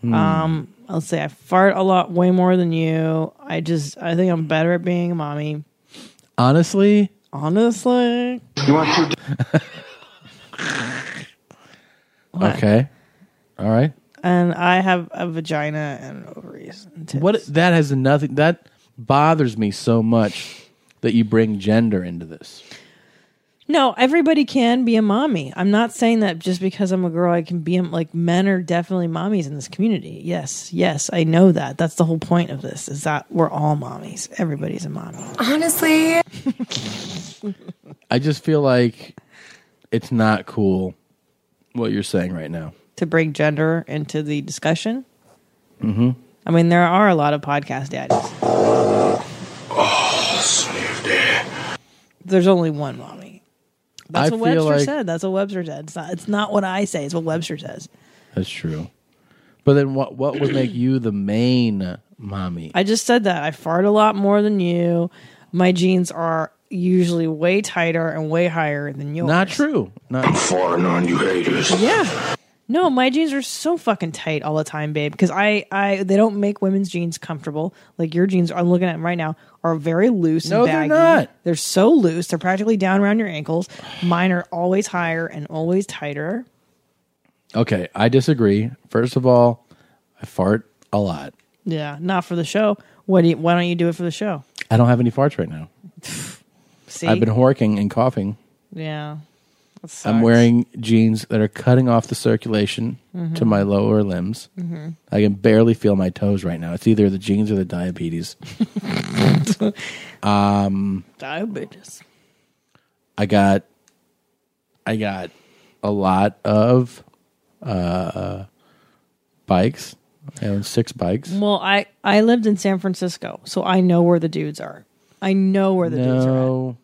Speaker 1: Hmm.
Speaker 8: Um, I'll say I fart a lot, way more than you. I just, I think I'm better at being a mommy.
Speaker 1: Honestly,
Speaker 8: Honestly,
Speaker 1: you want Okay. All right.
Speaker 8: and I have a vagina and ovaries. And tits.
Speaker 1: What that has nothing that bothers me so much that you bring gender into this.
Speaker 8: No, everybody can be a mommy. I'm not saying that just because I'm a girl, I can be a, like men are definitely mommies in this community. Yes, yes, I know that. That's the whole point of this is that we're all mommies. Everybody's a mommy.
Speaker 14: Honestly.
Speaker 1: I just feel like it's not cool what you're saying right now.
Speaker 8: To bring gender into the discussion,
Speaker 1: Mm-hmm.
Speaker 8: I mean, there are a lot of podcast daddies.
Speaker 15: Oh, snived
Speaker 8: There's only one mommy. That's
Speaker 1: I
Speaker 8: what Webster
Speaker 1: feel like-
Speaker 8: said. That's what Webster said. It's not, it's not what I say. It's what Webster says.
Speaker 1: That's true. But then what what would make you the main mommy?
Speaker 8: I just said that. I fart a lot more than you. My jeans are usually way tighter and way higher than yours.
Speaker 1: Not true. Not
Speaker 15: I'm farting on you haters.
Speaker 8: Yeah. No, my jeans are so fucking tight all the time, babe. Because I, I, they don't make women's jeans comfortable. Like your jeans, I'm looking at them right now, are very loose.
Speaker 1: No,
Speaker 8: and
Speaker 1: they're
Speaker 8: baggy.
Speaker 1: not.
Speaker 8: They're so loose. They're practically down around your ankles. Mine are always higher and always tighter.
Speaker 1: Okay, I disagree. First of all, I fart a lot.
Speaker 8: Yeah, not for the show. What? Do you, why don't you do it for the show?
Speaker 1: I don't have any farts right now.
Speaker 8: See,
Speaker 1: I've been horking and coughing.
Speaker 8: Yeah.
Speaker 1: I'm wearing jeans that are cutting off the circulation
Speaker 8: Mhm.
Speaker 1: to my lower limbs.
Speaker 8: Mhm.
Speaker 1: I can barely feel my toes right now. It's either the jeans or the diabetes. um,
Speaker 8: Diabetes.
Speaker 1: I got, I got a lot of uh, bikes. I own six bikes.
Speaker 8: Well, I I lived in San Francisco, so I know where the dudes are. I know where the dudes are. At.
Speaker 1: no,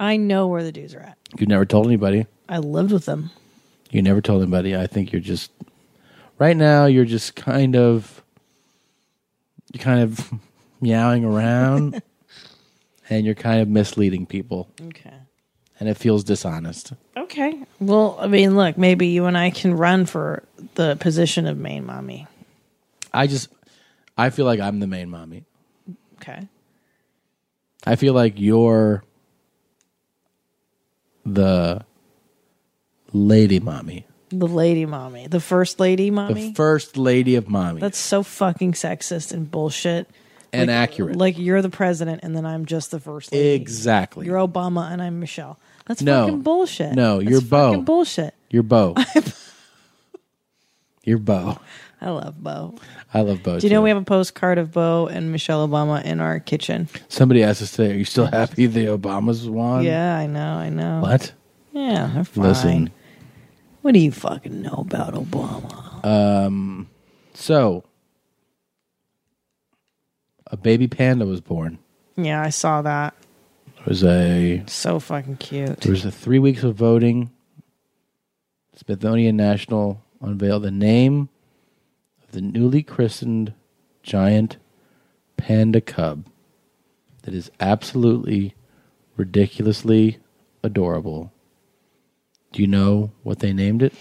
Speaker 8: I know where the dudes are at.
Speaker 1: you never told anybody.
Speaker 8: I lived with them.
Speaker 1: You never told anybody. I think you're just right now. You're just kind of, you kind of meowing around, and you're kind of misleading people.
Speaker 8: Okay.
Speaker 1: and it feels dishonest.
Speaker 8: Okay. Well, I mean, look, maybe you and I can run for the position of main mommy.
Speaker 1: I just, I feel like I'm the main mommy.
Speaker 8: Okay.
Speaker 1: I feel like you're the lady mommy,
Speaker 8: The lady mommy, the first lady mommy.
Speaker 1: the first lady of mommy.
Speaker 8: That's so fucking sexist and bullshit.
Speaker 1: And
Speaker 8: Like-
Speaker 1: accurate.
Speaker 8: Like you're the president, and then I'm just the first lady.
Speaker 1: Exactly.
Speaker 8: You're Obama, and I'm Michelle. That's
Speaker 1: No.
Speaker 8: fucking bullshit.
Speaker 1: No,
Speaker 8: That's
Speaker 1: you're Bo.
Speaker 8: fucking bullshit.
Speaker 1: You're Bo. you're Bo.
Speaker 8: I love Bo.
Speaker 1: I love Bo.
Speaker 8: Do you
Speaker 1: too.
Speaker 8: know we have a postcard of Bo and Michelle Obama in our kitchen?
Speaker 1: Somebody asked us today, "Are you still happy the Obamas won?"
Speaker 8: yeah, I know, I know.
Speaker 1: Um, What?
Speaker 8: Yeah, they're fine.
Speaker 1: Listen.
Speaker 8: What do you fucking know about Obama?
Speaker 1: Um. So, a baby panda was born.
Speaker 8: Yeah, I saw that.
Speaker 1: It was a
Speaker 8: So fucking cute.
Speaker 1: There was the three weeks of voting. Smithsonian National unveiled the name of the newly christened giant panda cub that is absolutely ridiculously adorable. Do you know what they named it?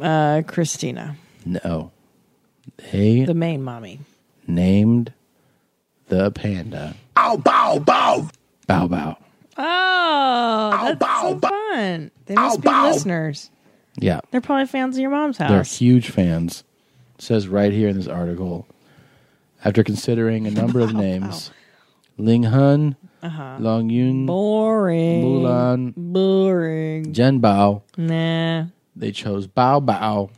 Speaker 8: Uh, Christina,
Speaker 1: No. They
Speaker 8: the main mommy.
Speaker 1: named the panda
Speaker 8: Ow, bow, bow.
Speaker 1: Bow Bow.
Speaker 8: Oh, that's so fun. They must be listeners.
Speaker 1: Yeah.
Speaker 8: They're probably fans of your mom's
Speaker 1: They're
Speaker 8: house.
Speaker 1: huge fans. It says right here in this article. After considering a number of names, Ling Hun,
Speaker 8: Uh-huh.
Speaker 1: Long Yun,
Speaker 8: Boring.
Speaker 1: Mulan,
Speaker 8: Boring.
Speaker 1: Jen Bao,
Speaker 8: Nah.
Speaker 1: they chose Bao Bao,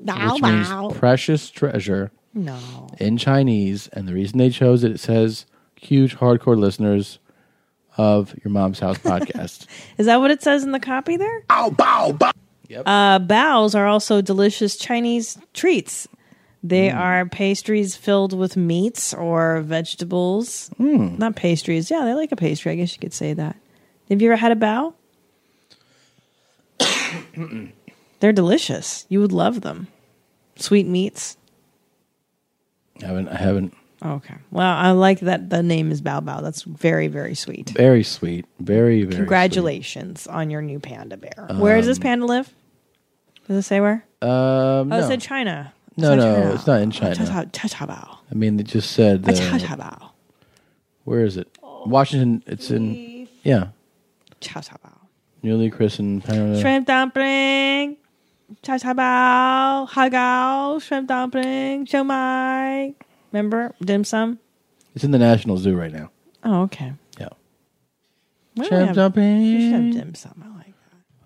Speaker 8: Bow
Speaker 1: which
Speaker 8: Bao.
Speaker 1: means precious treasure
Speaker 8: No.
Speaker 1: in Chinese. And the reason they chose it, it says huge hardcore listeners of your mom's house podcast.
Speaker 8: Is that what it says in the copy there? Ow, bow, bow. Uh, bows are also delicious Chinese treats. They are pastries filled with meats or vegetables. Not pastries. Yeah, they like a pastry. I guess you could say that. Have you ever had a bao? They're delicious. You would love them. Sweet meats.
Speaker 1: I haven't, I haven't.
Speaker 8: Okay. Well, I like that the name is Bao Bao. That's very, very sweet.
Speaker 1: Very sweet. Very, very. sweet.
Speaker 8: Congratulations on your new panda bear. where does this
Speaker 1: Um,
Speaker 8: panda live? Does it say where?
Speaker 1: Um,
Speaker 8: oh,
Speaker 1: no.
Speaker 8: it said China. It's
Speaker 1: No,
Speaker 8: not
Speaker 1: no,
Speaker 8: China.
Speaker 1: it's not in China.
Speaker 8: Chao- chao- chao bao.
Speaker 1: I mean, it just said.
Speaker 8: Ah,
Speaker 1: uh,
Speaker 8: chao- chao bao.
Speaker 1: Where is it? Washington. It's in. Yeah.
Speaker 8: Chao- chao bao.
Speaker 1: Newly christened. Panda.
Speaker 8: Shrimp dumpling. Chao chao bao. Hao gao. Shrimp dumpling. Shou mai. Remember? Dim sum?
Speaker 1: It's in the National Zoo right now.
Speaker 8: Oh, okay.
Speaker 1: Yeah.
Speaker 8: Why don't we
Speaker 1: Shrimp
Speaker 8: have-
Speaker 1: dumpling.
Speaker 8: we should have dim sum. I like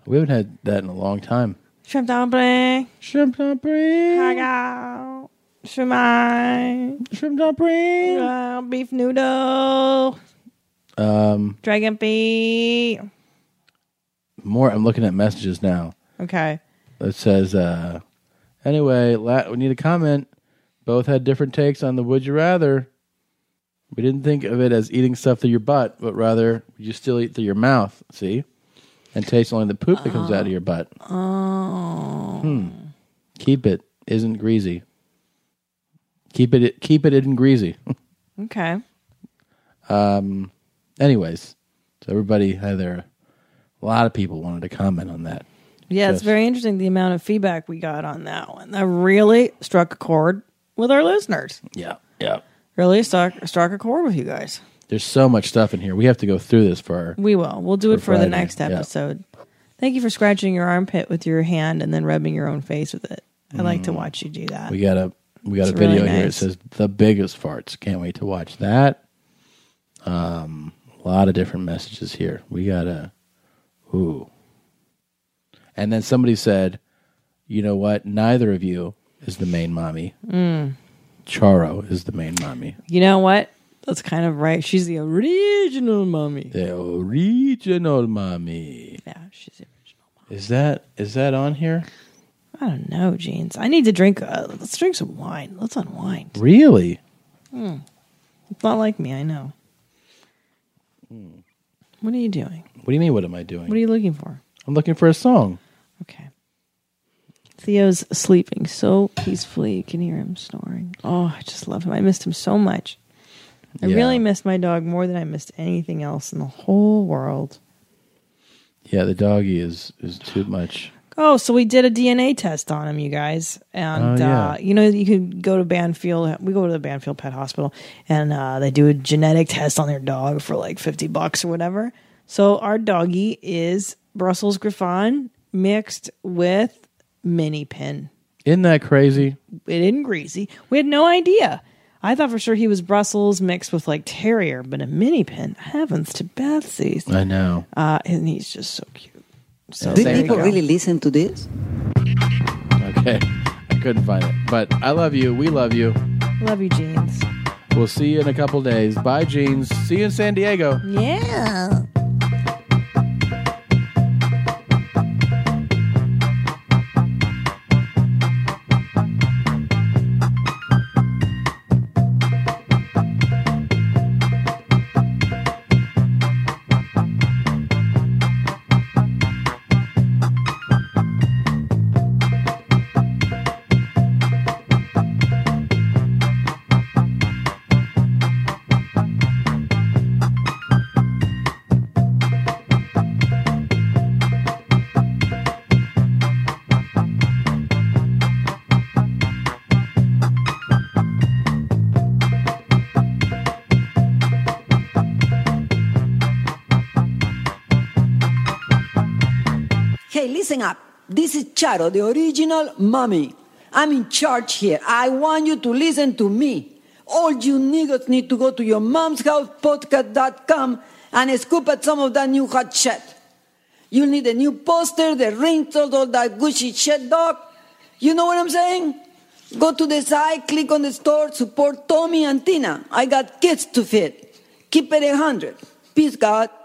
Speaker 1: We haven't had that in a long time.
Speaker 8: Shrimp dumpling.
Speaker 1: Shrimp dumpling.
Speaker 8: Hao gao. Shou mai.
Speaker 1: Shrimp dumpling.
Speaker 8: Uh, beef noodle.
Speaker 1: Um,
Speaker 8: Dragon bee.
Speaker 1: more. I'm looking at messages now.
Speaker 8: Okay.
Speaker 1: It says. uh Anyway, la- we need a comment. Both had different takes on the "Would you rather." We didn't think of it as eating stuff through your butt, but rather you still eat through your mouth. See, and taste only the poop that comes out of your butt.
Speaker 8: Oh.
Speaker 1: Hmm. Keep it isn't greasy. Keep it keep it isn't greasy.
Speaker 8: Okay.
Speaker 1: um anyways, so everybody had their a lot of people wanted to comment on that.
Speaker 8: Yeah, it's
Speaker 1: Just-
Speaker 8: very interesting the amount of feedback we got on that one. That really struck a chord with our listeners.
Speaker 1: Yeah. Yeah.
Speaker 8: Really struck struck a chord with you guys.
Speaker 1: There's so much stuff in here. We have to go through this for our
Speaker 8: We will. We'll do it
Speaker 1: For
Speaker 8: for the
Speaker 1: Friday,
Speaker 8: next
Speaker 1: yeah.
Speaker 8: episode. Thank you for scratching your armpit with your hand and then rubbing your own face with it. I like to watch you do that.
Speaker 1: Hmm. we got a we got a
Speaker 8: It's really
Speaker 1: video here. It
Speaker 8: nice.
Speaker 1: says the biggest farts. Can't wait to watch that. Um a lot of different messages here. We got a ooh. And then somebody said, you know what? Neither of you is the main mommy.
Speaker 8: Mm.
Speaker 1: Charo is the main mommy.
Speaker 8: You know what? That's kind of right. She's the original mommy.
Speaker 1: The original mommy.
Speaker 8: Yeah, she's the
Speaker 1: original mommy. Is that is that on here?
Speaker 8: I don't know, jeans. I need to drink. Uh, let's drink some wine. Let's unwind.
Speaker 1: Really?
Speaker 8: Hmm. It's not like me. I know. What are you doing?
Speaker 1: What do you mean what am I doing?
Speaker 8: What are you looking for?
Speaker 1: I'm looking for a song.
Speaker 8: Theo's sleeping so peacefully. You can hear him snoring. Oh, I just love him. I missed him so much. I
Speaker 1: Yeah.
Speaker 8: really missed my dog more than I missed anything else in the whole world.
Speaker 1: Yeah, the doggy is is too much.
Speaker 8: Oh, so we did a DNA test on him, you guys, and
Speaker 1: Oh, yeah.
Speaker 8: uh, you know you could go to Banfield. We go to the Banfield Pet Hospital, and uh, they do a genetic test on their dog for like fifty bucks or whatever. So our doggy is Brussels Griffon mixed with Mini Pin.
Speaker 1: Isn't that crazy?
Speaker 8: it in greasy. We had no idea. I thought for sure he was Brussels mixed with like terrier, but a mini pin. Heavens to Betsy's.
Speaker 1: I know.
Speaker 8: Uh, and he's just so cute. So
Speaker 1: Do
Speaker 8: there you
Speaker 1: people
Speaker 8: go.
Speaker 1: really
Speaker 17: listen to this?
Speaker 1: Okay. I couldn't find it. But I love you. We love you.
Speaker 8: Love you, jeans.
Speaker 1: We'll see you in a couple days. Bye, jeans. See you in San Diego.
Speaker 8: Yeah.
Speaker 17: Hey, listen up. This is Charo, the original mommy. I'm in charge here. I want you to listen to me. All you niggas need to go to your mom's house podcast.com and scoop at some of that new hot shit. You'll need a new poster, the ringtones, all that Gucci shit, dog. You know what I'm saying? Go to the site, click on the store, support Tommy and Tina. I got kids to feed. Keep it 100. Peace, God.